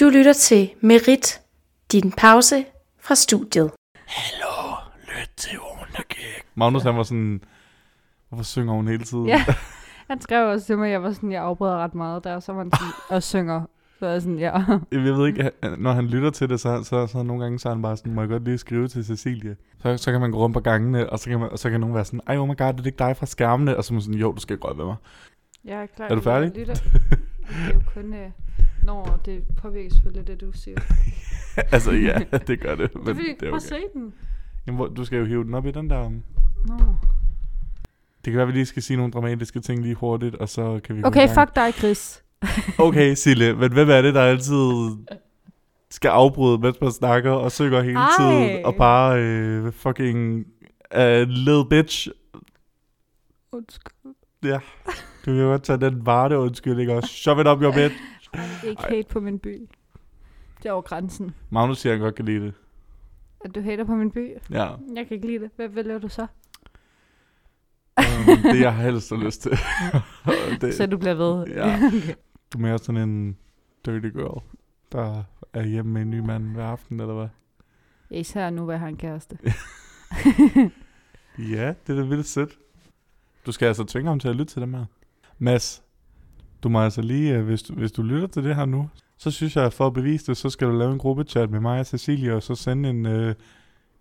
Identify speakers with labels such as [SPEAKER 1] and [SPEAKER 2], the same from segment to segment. [SPEAKER 1] Du lytter til Merit, din pause fra studiet.
[SPEAKER 2] Hallo, lyt til Undergæk. Magnus han var sådan, hvorfor synger hun hele tiden?
[SPEAKER 3] Ja. Han skrev også til mig, jeg var sådan, jeg afbryder ret meget der, så var han sådan, og synger. Så var jeg sådan, ja.
[SPEAKER 2] Jeg ved ikke, han- når han lytter til det, så, så, så nogle gange så er han bare sådan, må jeg godt lige skrive til Cecilie. Så, så kan man gå rundt på gangene, og så kan, man, og så kan nogen være sådan, ej, oh my god, det er ikke dig fra skærmene. Og så er man sådan, jo, du skal godt være mig.
[SPEAKER 3] Jeg er klar.
[SPEAKER 2] Er du færdig?
[SPEAKER 3] Jeg lytter. Det er jo kun, øh, når det påvirker selvfølgelig det, du siger.
[SPEAKER 2] altså ja, det gør det, men
[SPEAKER 3] Men, det
[SPEAKER 2] det
[SPEAKER 3] er
[SPEAKER 2] er
[SPEAKER 3] Prøv at
[SPEAKER 2] okay.
[SPEAKER 3] se den.
[SPEAKER 2] Jamen, hvor- du skal jo hive den op i den der... um,
[SPEAKER 3] Nå.
[SPEAKER 2] Det kan være, vi lige skal sige nogle dramatiske ting lige hurtigt, og så kan vi gå i
[SPEAKER 3] Okay,
[SPEAKER 2] gang.
[SPEAKER 3] fuck dig, Chris.
[SPEAKER 2] Okay, Sille, men hvem er det, der altid skal afbryde, mens man snakker og synger hele
[SPEAKER 3] Ej.
[SPEAKER 2] tiden, og bare øh, fucking uh, little bitch?
[SPEAKER 3] Undskyld.
[SPEAKER 2] Du kan godt tage den varte undskyldning og shove it up your bed.
[SPEAKER 3] Ikke hate på min by. Det er over grænsen.
[SPEAKER 2] Magnus siger, han godt kan lide det.
[SPEAKER 3] At du hater på min by?
[SPEAKER 2] Ja,
[SPEAKER 3] Jeg kan ikke lide det. Hvad vælger du så?
[SPEAKER 2] um, det jeg har helst har lyst til. Og
[SPEAKER 3] Så du bliver ved.
[SPEAKER 2] Øh, Ja. Du er mere sådan en dirty girl, der er hjemme med en ny mand hver aften, eller hvad?
[SPEAKER 3] Ja, Især nu, hvor jeg har en kæreste.
[SPEAKER 2] Ja, det er da vildt sødt. Du skal altså tvinge ham til at lytte til dem her. Mads, du må altså lige, øh, hvis du, hvis du lytter til det her nu, så synes jeg, at for at bevise det, så skal du lave en gruppechat med mig og Cecilie, og så sende en øh,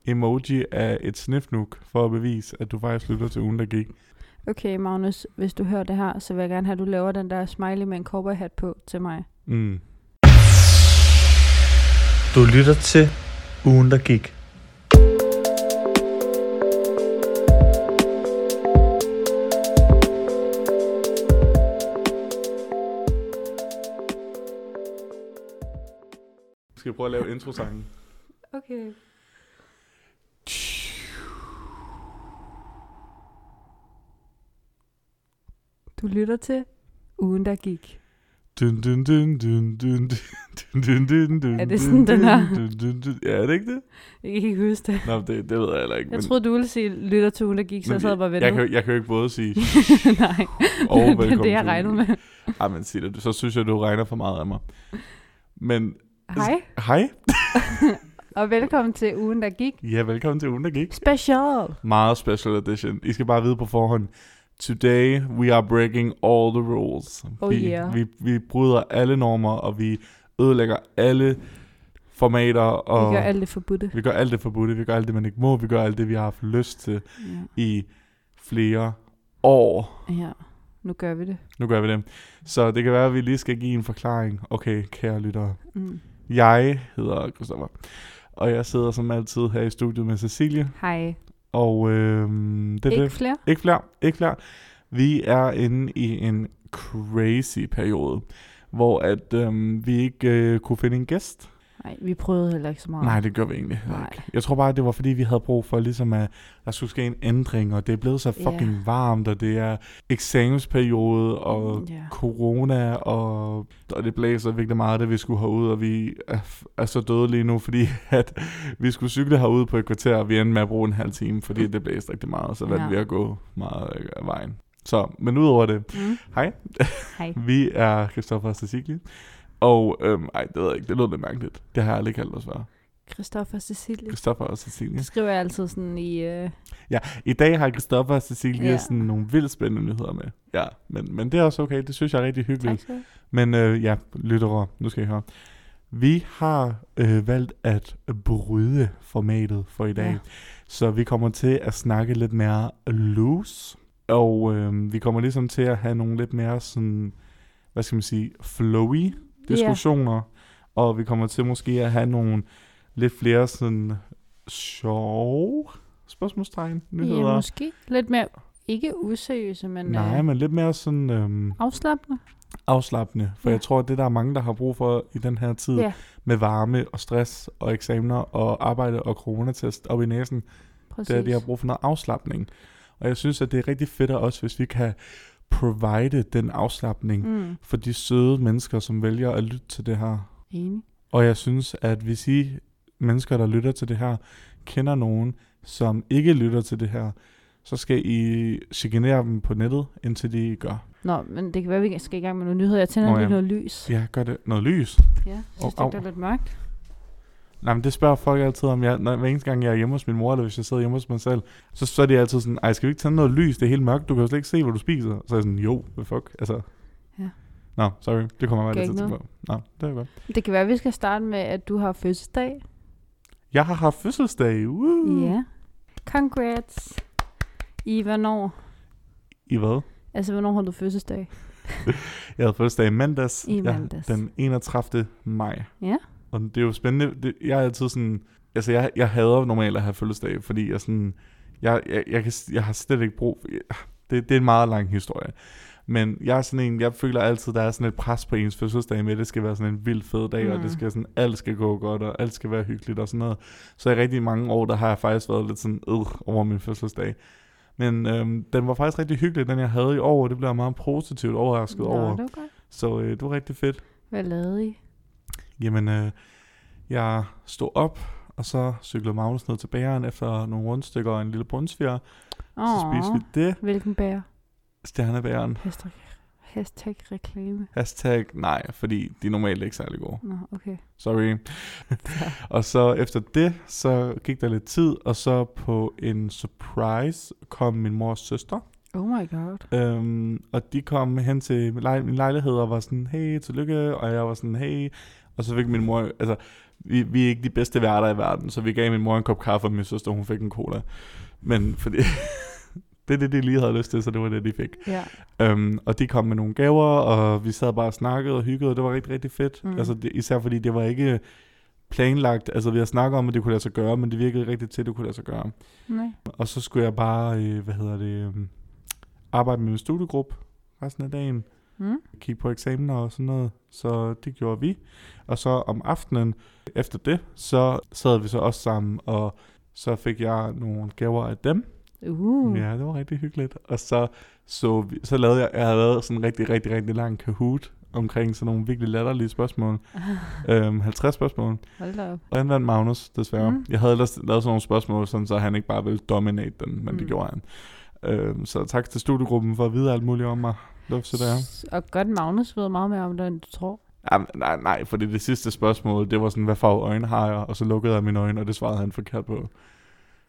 [SPEAKER 2] emoji af et snifnuk, for at bevise, at du faktisk lytter til ugen, der gik.
[SPEAKER 3] Okay, Magnus, hvis du hører det her, så vil jeg gerne have, at du laver den der smiley med en cowboyhat på til mig.
[SPEAKER 2] Mm.
[SPEAKER 4] Du lytter til ugen, der gik.
[SPEAKER 2] Skal vi prøve at lave introsangen?
[SPEAKER 3] Okay. Du lytter til ugen, der gik.
[SPEAKER 2] Dun, dun, dun, dun, dun, dun, dun, dun, dun,
[SPEAKER 3] Er det sådan, den er?
[SPEAKER 2] dun, dun, dun. Ja, er det ikke det?
[SPEAKER 3] Jeg kan ikke huske det.
[SPEAKER 2] Nå, det, det ved jeg heller ikke.
[SPEAKER 3] Jeg troede, du ville sige, lytter til ugen, der gik, så jeg sad bare ved
[SPEAKER 2] jeg, jeg, kan, jo- jeg kan jo ikke både sige
[SPEAKER 3] Nej,
[SPEAKER 2] og
[SPEAKER 3] det
[SPEAKER 2] velkommen
[SPEAKER 3] er det, jeg
[SPEAKER 2] til
[SPEAKER 3] regnede
[SPEAKER 2] ugen.
[SPEAKER 3] med.
[SPEAKER 2] Ej, Ah, men sig det, så synes jeg, du regner for meget af mig. Men
[SPEAKER 3] Hej,
[SPEAKER 2] hej,
[SPEAKER 3] og velkommen til ugen, der gik.
[SPEAKER 2] ja, velkommen til ugen, der gik.
[SPEAKER 3] Special!
[SPEAKER 2] Meget special edition. I skal bare vide på forhånd. Today we are breaking all the rules.
[SPEAKER 3] Oh
[SPEAKER 2] vi,
[SPEAKER 3] yeah.
[SPEAKER 2] vi, vi bryder alle normer, og vi ødelægger alle formater.
[SPEAKER 3] Vi
[SPEAKER 2] Og
[SPEAKER 3] gør alt det forbudte.
[SPEAKER 2] vi gør alt det forbudte, vi gør alt det, man ikke må, vi gør alt det, vi har haft lyst til
[SPEAKER 3] Ja.
[SPEAKER 2] i flere år.
[SPEAKER 3] ja, nu gør vi det.
[SPEAKER 2] Nu gør vi det. Så det kan være, at vi lige skal give en forklaring. Okay, kære lyttere.
[SPEAKER 3] Mm.
[SPEAKER 2] Jeg hedder Christoffer, og jeg sidder som altid her i studiet med Cecilie,
[SPEAKER 3] Hej.
[SPEAKER 2] og øhm, det er
[SPEAKER 3] Ikke
[SPEAKER 2] det.
[SPEAKER 3] flere?
[SPEAKER 2] Ikke flere, ikke flere. Vi er inde i en crazy periode, hvor at øhm, vi ikke øh, kunne finde en gæst.
[SPEAKER 3] Nej, vi prøvede heller ikke så meget.
[SPEAKER 2] Nej, det gør vi egentlig heller
[SPEAKER 3] Nej.
[SPEAKER 2] ikke. Jeg tror bare, det var fordi, vi havde brug for ligesom, at der skulle ske en ændring, og det er blevet så
[SPEAKER 3] Ja.
[SPEAKER 2] fucking yeah. varmt, og det er eksamensperiode, og
[SPEAKER 3] Ja.
[SPEAKER 2] corona, og, og det blæser virkelig meget, da vi skulle herud, og vi er, f- er så døde lige nu, fordi at vi skulle cykle herude på et kvarter, og vi endte med at bruge en halv time, fordi det blæste rigtig meget, så valgte
[SPEAKER 3] Ja.
[SPEAKER 2] vi at gå meget øh, af vejen. Så, men udover det,
[SPEAKER 3] Mm.
[SPEAKER 2] Hej. Mm.
[SPEAKER 3] Hej.
[SPEAKER 2] vi er Christoffer og Cecilie, og øhm, ej, det ved jeg ikke, det lød lidt mærkeligt. Det har jeg aldrig kaldt os før.
[SPEAKER 3] Christoffer Cecilie.
[SPEAKER 2] Christoffer og Cecilie.
[SPEAKER 3] Det skriver jeg altid sådan i... Øh,
[SPEAKER 2] I dag har Christoffer og Cecilie
[SPEAKER 3] Ja.
[SPEAKER 2] sådan nogle vildt spændende nyheder med. Ja, men, men det er også okay, det synes jeg er rigtig hyggeligt.
[SPEAKER 3] tak skal du have.
[SPEAKER 2] Men øh, ja, lyttere, nu skal I høre. Vi har øh, valgt at bryde formatet for i dag,
[SPEAKER 3] Ja.
[SPEAKER 2] ja. så vi kommer til at snakke lidt mere loose, og øh, vi kommer ligesom til at have nogle lidt mere sådan, hvad skal man sige, flowy diskussioner, og vi kommer til måske at have nogle lidt flere sådan sjove spørgsmålstegn, nyheder.
[SPEAKER 3] Ja, måske lidt mere... Ikke useriøse, men...
[SPEAKER 2] Nej,
[SPEAKER 3] øh,
[SPEAKER 2] men lidt mere sådan øh,
[SPEAKER 3] Afslappende.
[SPEAKER 2] afslappende, for
[SPEAKER 3] Ja.
[SPEAKER 2] ja. jeg tror, at det der er mange, der har brug for i den her tid,
[SPEAKER 3] Ja,
[SPEAKER 2] med varme og stress og eksamener og arbejde og coronatest op i næsen.
[SPEAKER 3] præcis.
[SPEAKER 2] Det er, at de har brug for noget afslappning. Og jeg synes, at det er rigtig fedt af os, hvis vi kan provide den afslappning mm.
[SPEAKER 3] Mm.
[SPEAKER 2] for de søde mennesker, som vælger at lytte til det her.
[SPEAKER 3] Enig.
[SPEAKER 2] Og jeg synes, at hvis I mennesker, der lytter til det her, kender nogen, som ikke lytter til det her, så skal I chikanere dem på nettet, indtil de gør.
[SPEAKER 3] Nå, men det kan være, vi skal i gang med nogle nyheder. Jeg tænder
[SPEAKER 2] Nå,
[SPEAKER 3] lige
[SPEAKER 2] ja.
[SPEAKER 3] noget lys.
[SPEAKER 2] Ja, gør det. Noget lys.
[SPEAKER 3] Ja,
[SPEAKER 2] Åh,
[SPEAKER 3] synes oh,
[SPEAKER 2] au.
[SPEAKER 3] det er lidt mørkt.
[SPEAKER 2] Nej, men det spørger folk altid, om jeg, når, hver eneste gang jeg er hjemme hos min mor, eller hvis jeg sidder hjemme hos mig selv, så, så er de altid sådan, ej, skal vi ikke tænde noget lys? Det er helt mørkt, du kan jo slet ikke se, hvad du spiser. Så er jeg sådan, jo, hvad fuck, altså.
[SPEAKER 3] Ja.
[SPEAKER 2] Nå, sorry, det kommer jeg
[SPEAKER 3] Gør
[SPEAKER 2] bare lidt
[SPEAKER 3] ikke
[SPEAKER 2] til at tænke på. Nå, det er godt.
[SPEAKER 3] Det kan være, vi skal starte med, at du har fødselsdag.
[SPEAKER 2] Jeg har haft fødselsdag, woo!
[SPEAKER 3] Ja. Congrats. I hvornår?
[SPEAKER 2] I hvad?
[SPEAKER 3] Altså, hvornår har du fødselsdag?
[SPEAKER 2] Jeg havde fødselsdag i mandags.
[SPEAKER 3] I
[SPEAKER 2] Ja,
[SPEAKER 3] mandags.
[SPEAKER 2] den 31. maj.
[SPEAKER 3] Ja.
[SPEAKER 2] Og det er jo spændende. Det, jeg er altid sådan... Altså, jeg, jeg hader normalt at have fødselsdag, fordi jeg sådan... Jeg, jeg, jeg, kan, jeg har slet ikke brug... For, det, det er en meget lang historie. Men jeg er sådan en, jeg føler altid, der er sådan et pres på ens fødselsdag med, at det skal være sådan en vild fed dag, mm. og
[SPEAKER 3] Mm.
[SPEAKER 2] det skal sådan, alt skal gå godt, og alt skal være hyggeligt og sådan noget. Så i rigtig mange år, der har jeg faktisk været lidt sådan øh, over min fødselsdag. Men øhm, den var faktisk rigtig hyggelig, den jeg havde i år, og det blev jeg meget positivt overrasket
[SPEAKER 3] Nå,
[SPEAKER 2] over.
[SPEAKER 3] det var godt.
[SPEAKER 2] Så øh, det var rigtig fedt.
[SPEAKER 3] Hvad lavede I?
[SPEAKER 2] Jamen, øh, jeg stod op, og så cyklede Magnus ned til bageren efter nogle rundstykker og en lille brunsviger. Så spiste
[SPEAKER 3] Åh,
[SPEAKER 2] vi det.
[SPEAKER 3] hvilken bær?
[SPEAKER 2] Stjernebæren.
[SPEAKER 3] Hashtag, hashtag reklame.
[SPEAKER 2] Hashtag nej, fordi de er normalt ikke særlig gode.
[SPEAKER 3] Nå, okay.
[SPEAKER 2] Sorry. og så efter det, så gik der lidt tid, og så på en surprise kom min mors søster.
[SPEAKER 3] Oh my god.
[SPEAKER 2] Øhm, og de kom hen til min lej- min lejlighed og var sådan, hey, tillykke, og jeg var sådan, hey. Og så fik min mor, altså, vi, vi er ikke de bedste værter i verden, så vi gav min mor en kop kaffe, og min søster, hun fik en cola. Men fordi, det er det, de lige havde lyst til, så det var det, de fik.
[SPEAKER 3] Ja.
[SPEAKER 2] Øhm, og de kom med nogle gaver, og vi sad bare og snakkede og hyggede, og det var rigtig, rigtig fedt. Mm.
[SPEAKER 3] Mm.
[SPEAKER 2] Altså, det, især fordi det var ikke planlagt, altså vi har snakket om, at det kunne lade sig gøre, men det virkede rigtig til, at det kunne lade sig gøre.
[SPEAKER 3] Nej.
[SPEAKER 2] Og så skulle jeg bare, øh, hvad hedder det, øh, arbejde med min studiegruppe resten af dagen.
[SPEAKER 3] Mm?
[SPEAKER 2] Kigge på eksamener og sådan noget. Så det gjorde vi. Og så om aftenen efter det, så sad vi så også sammen, og så fik jeg nogle gaver af dem.
[SPEAKER 3] Uh.
[SPEAKER 2] Ja, det var rigtig hyggeligt. Og så, så, vi, så lavede jeg, jeg havde lavet sådan en rigtig, rigtig, rigtig lang kahoot omkring sådan nogle virkelig latterlige spørgsmål. øhm, 50 spørgsmål.
[SPEAKER 3] Hold da op.
[SPEAKER 2] Og han vandt Magnus, desværre. Mm.
[SPEAKER 3] Mm.
[SPEAKER 2] Jeg havde ellers lavet sådan nogle spørgsmål, sådan, så han ikke bare ville dominate den, men mm. det
[SPEAKER 3] Mm.
[SPEAKER 2] gjorde han. Øhm, så tak til studiegruppen for at vide alt muligt om mig. Det var så der.
[SPEAKER 3] S- Og godt, Magnus ved meget mere om det, end du tror.
[SPEAKER 2] Jamen, nej, nej, fordi det sidste spørgsmål, det var sådan, hvad farve øjne har jeg? Og så lukkede jeg mine øjne, og det svarede han forkert på.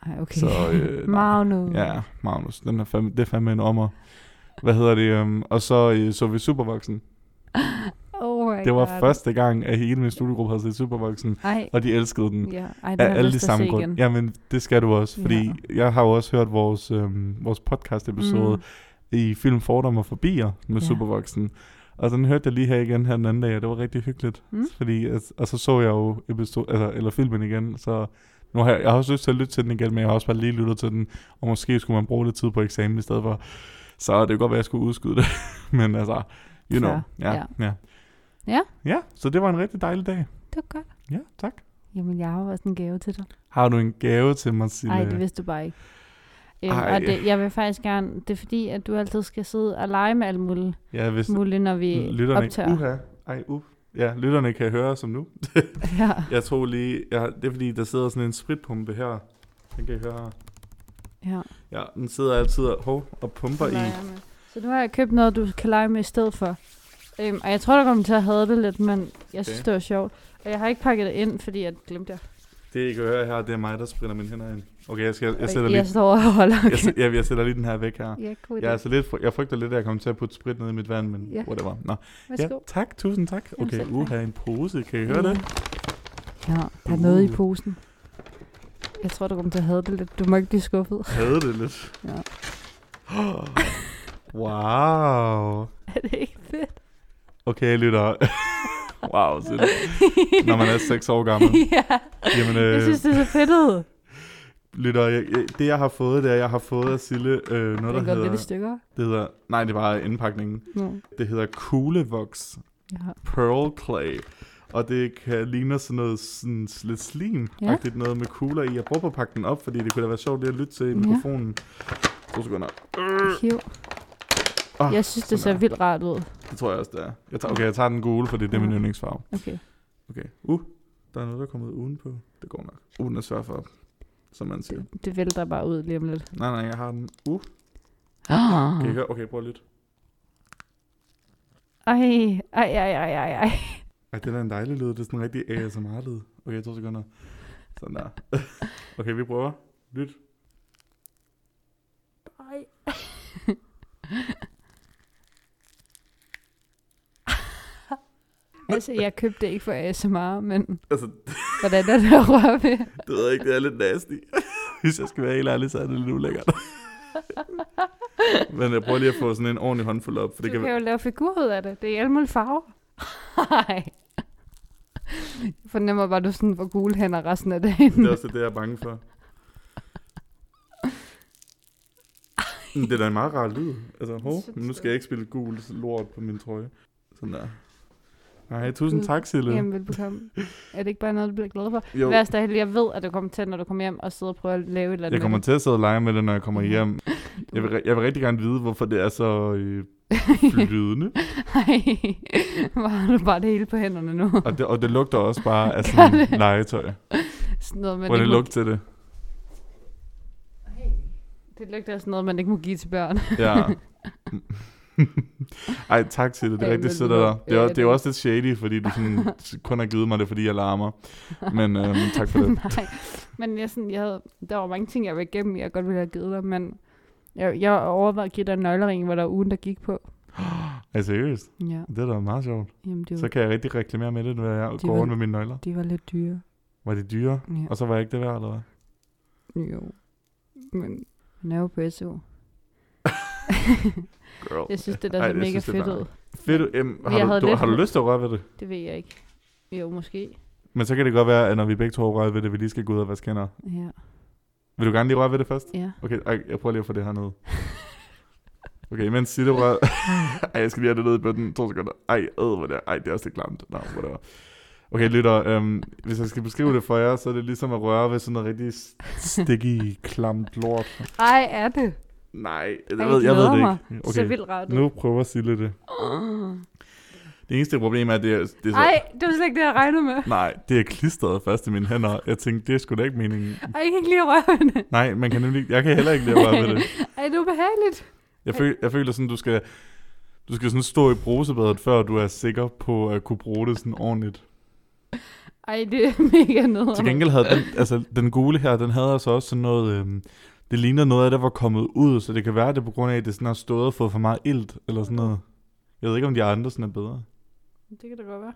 [SPEAKER 3] Ej, okay.
[SPEAKER 2] Så, øh, nej.
[SPEAKER 3] Magnus.
[SPEAKER 2] Ja, Magnus, den er fandme, det er fandme en ommer. Hvad hedder det? Øhm, og så øh, så vi Supervoksen.
[SPEAKER 3] Oh my
[SPEAKER 2] Det var
[SPEAKER 3] god.
[SPEAKER 2] første gang, at hele min studiegruppe havde set Supervoksen,
[SPEAKER 3] Ej,
[SPEAKER 2] og de elskede den.
[SPEAKER 3] ja. Ej, det
[SPEAKER 2] Af
[SPEAKER 3] har jeg
[SPEAKER 2] alle
[SPEAKER 3] lyst
[SPEAKER 2] de
[SPEAKER 3] til at
[SPEAKER 2] samme
[SPEAKER 3] se
[SPEAKER 2] grunde.
[SPEAKER 3] igen.
[SPEAKER 2] Jamen, det skal du også, fordi
[SPEAKER 3] Ja.
[SPEAKER 2] jeg har jo også hørt vores, øhm, vores podcast-episode mm. i film Fordom og Forbier med ja.
[SPEAKER 3] Ja.
[SPEAKER 2] Supervoksen. Og den hørte jeg lige her igen her den anden dag, og det var rigtig hyggeligt. Mm.
[SPEAKER 3] Mm.
[SPEAKER 2] Fordi, altså, og så så jeg jo episode, altså, eller filmen igen, så nu har jeg, jeg har også lyst til at lytte til den igen, men jeg har også bare lige lyttet til den, og måske skulle man bruge lidt tid på eksamen i stedet for. Så det kan godt være, at jeg skulle udskyde det, men altså, you know.
[SPEAKER 3] Fair.
[SPEAKER 2] Ja, ja.
[SPEAKER 3] Ja.
[SPEAKER 2] ja.
[SPEAKER 3] Ja.
[SPEAKER 2] Ja, så det var en rigtig dejlig dag.
[SPEAKER 3] Det var godt.
[SPEAKER 2] Ja, tak.
[SPEAKER 3] Jamen, jeg har jo også en gave til dig.
[SPEAKER 2] Har du en gave til mig, Sille?
[SPEAKER 3] Nej, det vidste du bare ikke. Øhm,
[SPEAKER 2] Ej.
[SPEAKER 3] og det, jeg vil faktisk gerne... Det er fordi, at du altid skal sidde og lege med alt muligt,
[SPEAKER 2] Ja, hvis
[SPEAKER 3] muligt når vi
[SPEAKER 2] lytterne
[SPEAKER 3] optager.
[SPEAKER 2] Uha. Ej, uh. Ja, lytterne kan høre som nu.
[SPEAKER 3] Ja.
[SPEAKER 2] Jeg tror lige, jeg, det er fordi, der sidder sådan en spritpumpe her. Den kan I høre.
[SPEAKER 3] ja.
[SPEAKER 2] Ja, den sidder altid og, hov, og pumper
[SPEAKER 3] Så leger
[SPEAKER 2] i.
[SPEAKER 3] jeg med. Så nu har jeg købt noget, du kan lege med i stedet for. Øhm, og jeg tror, der kommer til at have det lidt, men jeg
[SPEAKER 2] Okay.
[SPEAKER 3] synes, okay. det var sjovt. Og jeg har ikke pakket det ind, fordi jeg glemte det.
[SPEAKER 2] Det, I kan høre her, det er mig, der spritter mine hænder ind. Okay, jeg, skal, jeg
[SPEAKER 3] Og
[SPEAKER 2] sætter
[SPEAKER 3] jeg
[SPEAKER 2] lige,
[SPEAKER 3] står og holder.
[SPEAKER 2] jeg, sæt- jeg, jeg sætter lige den her væk her.
[SPEAKER 3] Ja, god idé.
[SPEAKER 2] Jeg, er så lidt, fry- jeg frygter lidt, at jeg kommer til at putte sprit ned i mit vand, men
[SPEAKER 3] Ja.
[SPEAKER 2] whatever. Nå. Ja,
[SPEAKER 3] Værsgo.
[SPEAKER 2] tak, tusind tak.
[SPEAKER 3] Jamen,
[SPEAKER 2] Okay,
[SPEAKER 3] selv tak. Mm.
[SPEAKER 2] uha, en pose, kan I høre det?
[SPEAKER 3] Ja, der er noget i
[SPEAKER 2] Uh.
[SPEAKER 3] posen. Jeg tror, du kommer til at have det lidt. Du må ikke blive skuffet.
[SPEAKER 2] Havde det lidt.
[SPEAKER 3] Ja.
[SPEAKER 2] Wow.
[SPEAKER 3] er det ikke fedt?
[SPEAKER 2] Okay, lytter. wow, Sille. Når man er 6 år gammel.
[SPEAKER 3] ja,
[SPEAKER 2] Jamen,
[SPEAKER 3] jeg
[SPEAKER 2] øh,
[SPEAKER 3] synes, det er så fedt ud.
[SPEAKER 2] lytter, jeg, jeg, det jeg har fået, det er, jeg har fået af Sille øh, noget,
[SPEAKER 3] Den
[SPEAKER 2] der
[SPEAKER 3] går
[SPEAKER 2] hedder,
[SPEAKER 3] lidt i stykker.
[SPEAKER 2] det hedder... Nej, det var indpakningen.
[SPEAKER 3] No.
[SPEAKER 2] Det hedder Kuglevox
[SPEAKER 3] Ja.
[SPEAKER 2] Pearl Clay. Og det kan ligne sådan noget sådan lidt slim
[SPEAKER 3] Ja.
[SPEAKER 2] ja. noget med kugler i. Jeg prøver at pakke den op, fordi det kunne da være sjovt lige at lytte til i
[SPEAKER 3] Ja.
[SPEAKER 2] mikrofonen. To sekunder.
[SPEAKER 3] Hiv.
[SPEAKER 2] Åh,
[SPEAKER 3] Jeg synes, det
[SPEAKER 2] Øh. Ah, sådan
[SPEAKER 3] ser
[SPEAKER 2] der.
[SPEAKER 3] vildt rart ud.
[SPEAKER 2] Det tror jeg også, det er. Jeg tager, okay, jeg tager den gule, fordi det er min
[SPEAKER 3] Ja.
[SPEAKER 2] yndlingsfarve.
[SPEAKER 3] Okay.
[SPEAKER 2] Okay. Uh, der er noget, der er kommet udenpå. Det går nok. Uh, den er svær for. som man siger.
[SPEAKER 3] Det, det vælter bare ud lige om lidt.
[SPEAKER 2] Nej, nej, jeg har den. Uh,
[SPEAKER 3] Oh.
[SPEAKER 2] kan I høre? Okay, prøv lidt.
[SPEAKER 3] Ej, ej, ej, ej, ej, ej.
[SPEAKER 2] Ej, det er da en dejlig lyd. Det er sådan en rigtig ASMR-lyd. Okay, to sekunder. Sådan der. Okay, vi prøver. Lyt.
[SPEAKER 3] Ej. altså, jeg købte det ikke for ASMR, men
[SPEAKER 2] Altså,
[SPEAKER 3] hvordan er det at røre ved?
[SPEAKER 2] det ved jeg ikke, det er lidt nasty. Hvis jeg skal være helt ærlig, så er det lidt ulækkert. Men jeg prøver lige at få sådan en ordentlig håndfuld op, for det
[SPEAKER 3] Du
[SPEAKER 2] kan,
[SPEAKER 3] kan jo lave figur ud af det. Det er i alle mulige farver. Ej. Jeg fornemmer bare, at du sådan får gule hænder resten af dagen.
[SPEAKER 2] det er også det, jeg er bange for. Men Det er da en meget rar lyd. Altså, hov, men nu skal jeg ikke spille gul lort på min trøje. Sådan der. Nej, tusind tak, Sille.
[SPEAKER 3] Mm. Jamen, velbekomme. Er det ikke bare noget, du bliver glad for?
[SPEAKER 2] Jo,
[SPEAKER 3] Værst af alt, jeg ved, at du kommer til, når du kommer hjem og sidder og prøver at lave et eller andet.
[SPEAKER 2] jeg kommer til at sidde og lege med det, når jeg
[SPEAKER 3] Mm.
[SPEAKER 2] kommer hjem. Jeg vil, jeg vil rigtig gerne vide, hvorfor det er så øh, flydende.
[SPEAKER 3] Nej, hvor har du bare det hele på hænderne nu.
[SPEAKER 2] Og det, og det lugter også bare af sådan legetøj.
[SPEAKER 3] Sådan noget, man
[SPEAKER 2] Prøv lige
[SPEAKER 3] ikke
[SPEAKER 2] at
[SPEAKER 3] må-
[SPEAKER 2] lugte til det.
[SPEAKER 3] Det lugter af sådan noget, man ikke må give til børn.
[SPEAKER 2] Ja. Ej, tak til det. Det er
[SPEAKER 3] Ja,
[SPEAKER 2] rigtig
[SPEAKER 3] men
[SPEAKER 2] sødt
[SPEAKER 3] det
[SPEAKER 2] af
[SPEAKER 3] var-
[SPEAKER 2] dig. Det er,
[SPEAKER 3] ja,
[SPEAKER 2] jo- det er
[SPEAKER 3] det-
[SPEAKER 2] jo også lidt shady, fordi du sådan, kun har givet mig det, fordi jeg larmer. Men øhm, tak for det.
[SPEAKER 3] Nej, men jeg, sådan, jeg havde, der var mange ting, jeg var igennem, jeg godt ville have givet dig, men jeg, jeg overvejede at give dig en nøglering, hvor der var ugen, der gik på.
[SPEAKER 2] Ej, seriøst.
[SPEAKER 3] Ja,
[SPEAKER 2] Det er da meget sjovt.
[SPEAKER 3] jamen det var,
[SPEAKER 2] Så
[SPEAKER 3] så...
[SPEAKER 2] kan jeg rigtig reklamere med det, når jeg
[SPEAKER 3] Det
[SPEAKER 2] går
[SPEAKER 3] var-
[SPEAKER 2] rundt med mine nøgler.
[SPEAKER 3] de var lidt dyre.
[SPEAKER 2] Var det dyre?
[SPEAKER 3] Ja.
[SPEAKER 2] Og så var jeg ikke det værd, eller hvad?
[SPEAKER 3] Jo, men man er jo på SU.
[SPEAKER 2] Girl.
[SPEAKER 3] Jeg synes, det der
[SPEAKER 2] Ej,
[SPEAKER 3] så
[SPEAKER 2] jeg
[SPEAKER 3] mega
[SPEAKER 2] synes, det er
[SPEAKER 3] fedt
[SPEAKER 2] bare-
[SPEAKER 3] ud.
[SPEAKER 2] Fedt. Øhm,
[SPEAKER 3] Jeg
[SPEAKER 2] har,
[SPEAKER 3] havde
[SPEAKER 2] du, du,
[SPEAKER 3] lidt-
[SPEAKER 2] har du lyst til at røre ved det?
[SPEAKER 3] Det ved jeg ikke. Jo, måske.
[SPEAKER 2] Men så kan det godt være, at når vi begge to rører ved det, vi lige skal gå ud og vaske hænder.
[SPEAKER 3] Ja,
[SPEAKER 2] Vil du gerne lige røre ved det først?
[SPEAKER 3] ja.
[SPEAKER 2] Okay, ej, jeg prøver lige at få det her ned. Okay, imens Sille rører... ej, jeg skal lige have det ned i bøtten. To sekunder. Ej, øh, hvor det er. Ej, det er også lidt klamt. Nå, whatever. Okay, lytter, øhm, hvis jeg skal beskrive det for jer, så er det ligesom at røre ved sådan noget rigtig s- sticky, klamt lort.
[SPEAKER 3] Ej, er det?
[SPEAKER 2] Nej, jeg
[SPEAKER 3] Ej,
[SPEAKER 2] ved, jeg ved
[SPEAKER 3] glæder
[SPEAKER 2] det
[SPEAKER 3] mig.
[SPEAKER 2] ikke.
[SPEAKER 3] Okay. Så
[SPEAKER 2] Okay,
[SPEAKER 3] vildt rart. ud.
[SPEAKER 2] nu prøver Sille det. Det eneste problem er, at det er, det er så...
[SPEAKER 3] Ej, det var slet ikke det, jeg regnede med.
[SPEAKER 2] Nej, det er klistret fast i mine hænder. Jeg tænkte, det er sgu da ikke meningen.
[SPEAKER 3] Ej, jeg kan ikke lige røre ved det.
[SPEAKER 2] Nej, man kan nemlig, jeg kan heller ikke lide at røre ved det.
[SPEAKER 3] Ej, det er ubehageligt.
[SPEAKER 2] Jeg, føl, jeg føler sådan, du skal, du skal sådan stå i brusebadet, før du er sikker på at kunne bruge det sådan ordentligt.
[SPEAKER 3] Ej, det er mega nederen.
[SPEAKER 2] Til gengæld havde den, altså, den gule her, den havde altså også sådan noget, øhm, det ligner noget af det, der var kommet ud, så det kan være, at det er på grund af, at det sådan har stået og fået for meget ilt, eller sådan noget. Jeg ved ikke, om de andre sådan er bedre.
[SPEAKER 3] Det kan da godt være.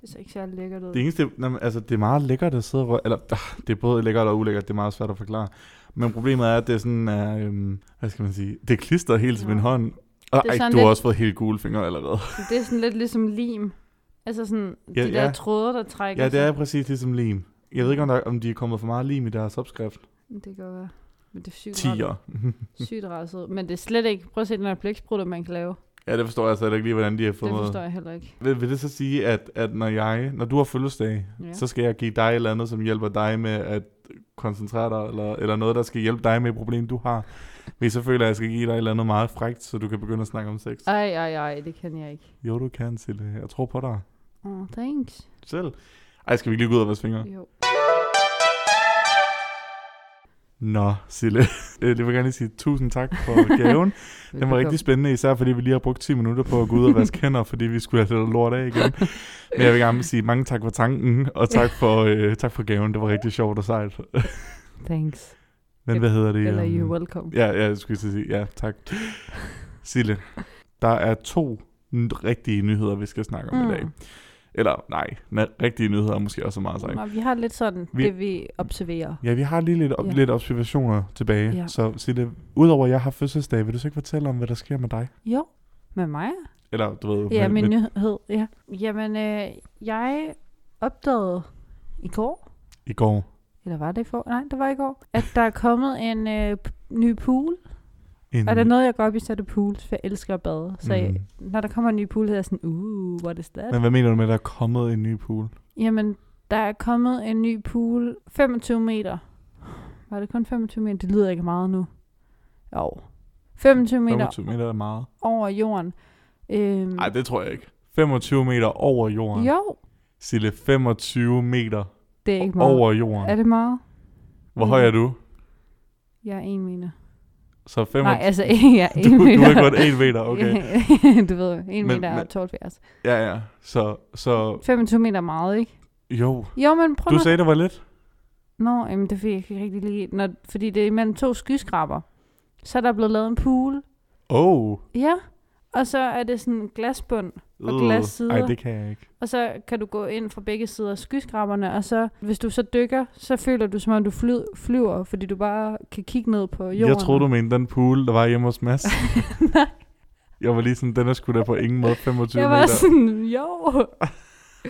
[SPEAKER 3] Det ser ikke særlig lækkert ud.
[SPEAKER 2] Det eneste, nej, men altså, det er meget lækkert at sidde og røre, eller ah, det er både lækkert og ulækkert, det er meget svært at forklare. Men problemet er, at det er sådan er, øhm, hvad skal man sige, det klister helt til min
[SPEAKER 3] Ja.
[SPEAKER 2] hånd. Og,
[SPEAKER 3] Det er
[SPEAKER 2] ej,
[SPEAKER 3] sådan
[SPEAKER 2] du har
[SPEAKER 3] lidt-
[SPEAKER 2] også fået helt gule fingre allerede.
[SPEAKER 3] Det er sådan lidt ligesom lim. Altså sådan
[SPEAKER 2] Ja,
[SPEAKER 3] ja, de der
[SPEAKER 2] ja.
[SPEAKER 3] ja. tråde, der trækker
[SPEAKER 2] Ja, det er
[SPEAKER 3] sig.
[SPEAKER 2] præcis ligesom lim. Jeg ved ikke, om, der, om de er kommet for meget lim i deres opskrift.
[SPEAKER 3] Det kan godt være. Men det er sygt rart.
[SPEAKER 2] Tiger.
[SPEAKER 3] Sygt rart ud. Men det er slet ikke... Prøv at se den her blæksprutter, man kan lave.
[SPEAKER 2] ja, det forstår jeg slet ikke lige, hvordan de har
[SPEAKER 3] Det
[SPEAKER 2] fået
[SPEAKER 3] forstår
[SPEAKER 2] noget.
[SPEAKER 3] jeg heller ikke.
[SPEAKER 2] Vil, vil det så sige, at, at når, jeg, når du har fødselsdag,
[SPEAKER 3] Ja.
[SPEAKER 2] ja. så skal jeg give dig et eller andet, som hjælper dig med at koncentrere dig, eller, eller noget, der skal hjælpe dig med et problem, du har. Men så føler jeg, at jeg skal give dig et eller andet meget frægt, så du kan begynde at snakke om sex.
[SPEAKER 3] Ej, ej, ej, det kan jeg ikke.
[SPEAKER 2] Jo, du kan, Sille. Jeg tror på dig.
[SPEAKER 3] Oh, thanks.
[SPEAKER 2] Selv. Ej, skal vi ikke lige gå ud og vaske fingre?
[SPEAKER 3] Jo.
[SPEAKER 2] Nå, Sille. Øh, Jeg vil gerne lige sige tusind tak for gaven. Den var
[SPEAKER 3] Velbekomme.
[SPEAKER 2] rigtig spændende, især fordi vi lige har brugt 10 minutter på at gå ud og vaske hænder, fordi vi skulle have lidt lort af igen. Men jeg vil gerne sige mange tak for tanken, og tak for, øh, tak for gaven. Det var rigtig sjovt og sejt.
[SPEAKER 3] Thanks.
[SPEAKER 2] Men hvad hedder det?
[SPEAKER 3] Eller you're
[SPEAKER 2] øhm,
[SPEAKER 3] welcome.
[SPEAKER 2] Ja, ja, jeg skulle til at sige. Ja, tak. Sille, der er to n- rigtige nyheder, vi skal snakke om mm. i dag. Eller nej, na- rigtige nyheder er måske også så meget sagt.
[SPEAKER 3] Nå, vi har lidt sådan
[SPEAKER 2] Altså, Vi-
[SPEAKER 3] vi... det, vi observerer.
[SPEAKER 2] Ja, vi har lige lidt, op,
[SPEAKER 3] Ja.
[SPEAKER 2] yeah. lidt observationer tilbage.
[SPEAKER 3] Ja.
[SPEAKER 2] Så Sille, udover at jeg har fødselsdag, vil du så ikke fortælle om, hvad der sker med dig?
[SPEAKER 3] Jo, med mig.
[SPEAKER 2] Eller du ved,
[SPEAKER 3] Ja,
[SPEAKER 2] med,
[SPEAKER 3] min
[SPEAKER 2] med,
[SPEAKER 3] nyhed, ja. Jamen, øh, jeg opdagede i går,
[SPEAKER 2] i går.
[SPEAKER 3] eller var det i går? Nej, det var i går, at der er kommet en øh, p- ny pool.
[SPEAKER 2] En,
[SPEAKER 3] Mm. Og der er noget, jeg går op i, så er det pools, for jeg elsker at bade. Så mm. når der kommer en ny pool, så er jeg sådan, uh, what is that?
[SPEAKER 2] Men hvad mener du med, at der er kommet en ny pool?
[SPEAKER 3] Jamen, der er kommet en ny pool, 25 meter. Var det kun 25 meter? Det lyder ikke meget nu. Jo. 25 meter
[SPEAKER 2] 25 meter er meget.
[SPEAKER 3] over jorden. Øhm,
[SPEAKER 2] Nej, det tror jeg ikke. 25 meter over jorden.
[SPEAKER 3] jo,
[SPEAKER 2] Sille, 25 meter
[SPEAKER 3] det er ikke meget.
[SPEAKER 2] over
[SPEAKER 3] Er
[SPEAKER 2] jorden.
[SPEAKER 3] det meget?
[SPEAKER 2] Hvor høj er du?
[SPEAKER 3] Jeg er en meter.
[SPEAKER 2] Så fem
[SPEAKER 3] Nej, altså, jeg er en
[SPEAKER 2] du,
[SPEAKER 3] meter.
[SPEAKER 2] du er godt en meter, okay.
[SPEAKER 3] du ved,
[SPEAKER 2] Men-
[SPEAKER 3] en meter
[SPEAKER 2] men-
[SPEAKER 3] er 72.
[SPEAKER 2] Ja, ja. Så, så
[SPEAKER 3] 25 meter er meget, ikke?
[SPEAKER 2] jo.
[SPEAKER 3] Jo, men prøv
[SPEAKER 2] Du
[SPEAKER 3] nu-
[SPEAKER 2] sagde, det var lidt.
[SPEAKER 3] Nå, jamen det fik jeg ikke rigtig lige. Når, fordi det er imellem to skyskraber. Så er der blevet lavet en pool.
[SPEAKER 2] Oh.
[SPEAKER 3] Ja. Og så er det sådan en glasbund. Og glassider.
[SPEAKER 2] Nej, det kan jeg ikke.
[SPEAKER 3] Og så kan du gå ind fra begge sider af skyskraberne. Og så, hvis du så dykker, så føler du, som om du fly, flyver. Fordi du bare kan kigge ned på jorden.
[SPEAKER 2] Jeg troede, du mente den pool, der var hjemme hos Mads.
[SPEAKER 3] Nej,
[SPEAKER 2] Jeg var lige sådan, den er sgu da på ingen måde 25
[SPEAKER 3] jeg var
[SPEAKER 2] meter.
[SPEAKER 3] sådan, jo.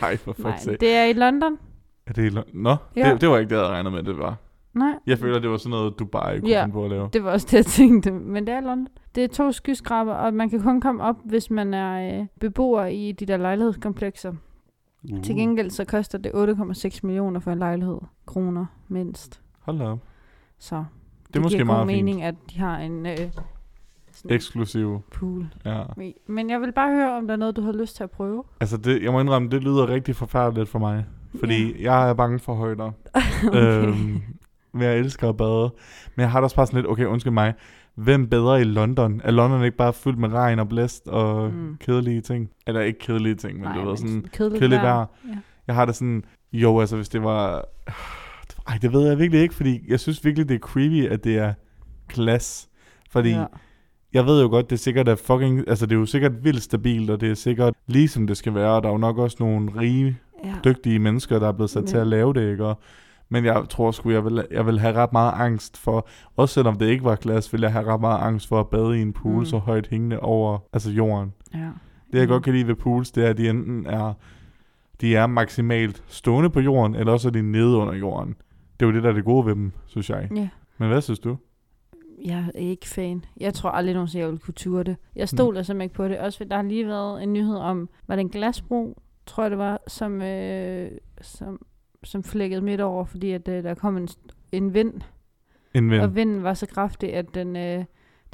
[SPEAKER 2] Nej, for
[SPEAKER 3] Nej,
[SPEAKER 2] fuck's sake.
[SPEAKER 3] det er i London.
[SPEAKER 2] Er det i Lon- Nå,
[SPEAKER 3] Ja.
[SPEAKER 2] det, det, var ikke det, jeg havde regnet med, det var.
[SPEAKER 3] Nej.
[SPEAKER 2] Jeg føler, det var sådan noget, du bare kunne
[SPEAKER 3] Ja.
[SPEAKER 2] finde på at lave.
[SPEAKER 3] Det var også det, jeg tænkte, men det er London. Det er to skyskraber, og man kan kun komme op, hvis man er øh, beboer i de der lejlighedskomplekser. Uh.
[SPEAKER 2] Uh,
[SPEAKER 3] Til gengæld så koster det 8,6 millioner for en lejlighed kroner mindst.
[SPEAKER 2] Uh, Hold da op.
[SPEAKER 3] Så det,
[SPEAKER 2] Det er måske
[SPEAKER 3] giver god
[SPEAKER 2] meget
[SPEAKER 3] mening,
[SPEAKER 2] fint.
[SPEAKER 3] at de har en øh, sådan
[SPEAKER 2] Eksklusiv.
[SPEAKER 3] pool.
[SPEAKER 2] Ja.
[SPEAKER 3] Men jeg vil bare høre, om der er noget, du har lyst til at prøve.
[SPEAKER 2] Altså, det, jeg må indrømme, det lyder rigtig forfærdeligt for mig. Fordi jeg er bange for højder. okay. øhm, men jeg elsker at bade. Men jeg har da også bare sådan lidt, okay, undskyld mig. Hvem bedre i London? Er London ikke bare fyldt med regn og blæst og
[SPEAKER 3] Mm.
[SPEAKER 2] mm. kedelige ting? Eller ikke kedelige ting, men Nej, det var sådan
[SPEAKER 3] kedeligt,
[SPEAKER 2] kedeligt vejr.
[SPEAKER 3] Ja.
[SPEAKER 2] Jeg har det sådan, jo, altså hvis det var... Ej, det ved jeg virkelig ikke, fordi jeg synes virkelig, det er creepy, at det er glas. Fordi ja.
[SPEAKER 3] Ja.
[SPEAKER 2] jeg ved jo godt, det er sikkert er fucking... Altså, det er jo sikkert vildt stabilt, og det er sikkert ligesom det skal være. Og der er jo nok også nogle rige,
[SPEAKER 3] Ja.
[SPEAKER 2] dygtige mennesker, der er blevet sat
[SPEAKER 3] Ja.
[SPEAKER 2] til at lave det, ikke? Og, men jeg tror sgu, jeg vil, jeg vil have ret meget angst for... Også selvom det ikke var glas, ville jeg have ret meget angst for at bade i en pool
[SPEAKER 3] Mm.
[SPEAKER 2] mm. så højt hængende over altså jorden.
[SPEAKER 3] ja.
[SPEAKER 2] Det jeg
[SPEAKER 3] Mm.
[SPEAKER 2] godt kan lide ved pools, det er, at de enten er, de er maksimalt stående på jorden, eller også er de nede under jorden. Det er jo det, der er det gode ved dem, synes jeg.
[SPEAKER 3] ja.
[SPEAKER 2] Men hvad synes du?
[SPEAKER 3] Jeg er ikke fan. Jeg tror aldrig nogensinde, jeg ville kunne ture det. Jeg stoler mm. simpelthen ikke på det. Også fordi der har lige været en nyhed om, var det en glasbro, tror jeg det var, som, øh, som, som flækkede midt over, fordi at, øh, der kom en, st- en vind,
[SPEAKER 2] En ven.
[SPEAKER 3] og vinden var så kraftig, at den, øh,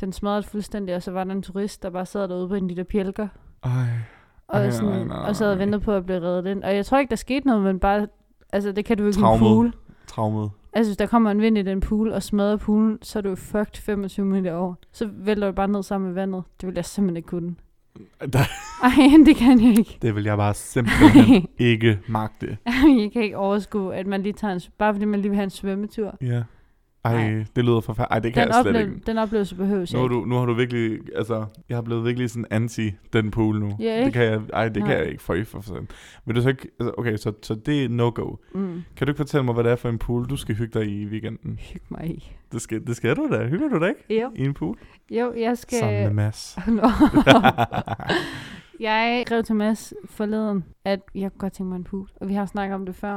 [SPEAKER 3] den smadrede fuldstændig, og så var der en turist, der bare sad derude på en de der pjælker,
[SPEAKER 2] Ej,
[SPEAKER 3] og,
[SPEAKER 2] Ej,
[SPEAKER 3] sådan,
[SPEAKER 2] nej, nej,
[SPEAKER 3] og sad og
[SPEAKER 2] nej.
[SPEAKER 3] ventede på at blive reddet ind. Og jeg tror ikke, der skete noget, men bare, altså det kan du jo ikke i en
[SPEAKER 2] Traumet.
[SPEAKER 3] pool.
[SPEAKER 2] traumet.
[SPEAKER 3] Altså, hvis der kommer en vind i den pool og smadrer poolen, så er du jo fucked 25 meter over. Så vælter du bare ned sammen med vandet. Det vil jeg simpelthen ikke kunne.
[SPEAKER 2] Der-
[SPEAKER 3] Ej, det kan jeg ikke.
[SPEAKER 2] Det vil jeg bare simpelthen ikke magte.
[SPEAKER 3] jeg kan ikke overskue, at man lige tager en... Bare fordi man lige vil have en svømmetur.
[SPEAKER 2] Ja. Ej,
[SPEAKER 3] Nej.
[SPEAKER 2] det lyder forfærdeligt. Ej, det kan
[SPEAKER 3] Den,
[SPEAKER 2] jeg slet ikke.
[SPEAKER 3] den oplevelse behøves
[SPEAKER 2] Nu har,
[SPEAKER 3] ikke.
[SPEAKER 2] du, nu har du virkelig, altså, jeg har blevet virkelig sådan anti den pool nu.
[SPEAKER 3] Ja, ikke?
[SPEAKER 2] det kan jeg, ej, det
[SPEAKER 3] Nej.
[SPEAKER 2] kan jeg ikke for i for sådan. Vil du så ikke, altså, okay, så, så det er no-go.
[SPEAKER 3] Mm,
[SPEAKER 2] Kan du ikke fortælle mig, hvad det er for en pool, du skal hygge dig i i weekenden?
[SPEAKER 3] hygge mig i.
[SPEAKER 2] Det skal, det skal du da. Hygger du dig ikke?
[SPEAKER 3] Jo,
[SPEAKER 2] I en pool?
[SPEAKER 3] jo jeg skal...
[SPEAKER 2] Sammen med Mads.
[SPEAKER 3] Nå. jeg skrev til Mads forleden, at jeg kunne godt tænke mig en pool. Og vi har snakket om det før.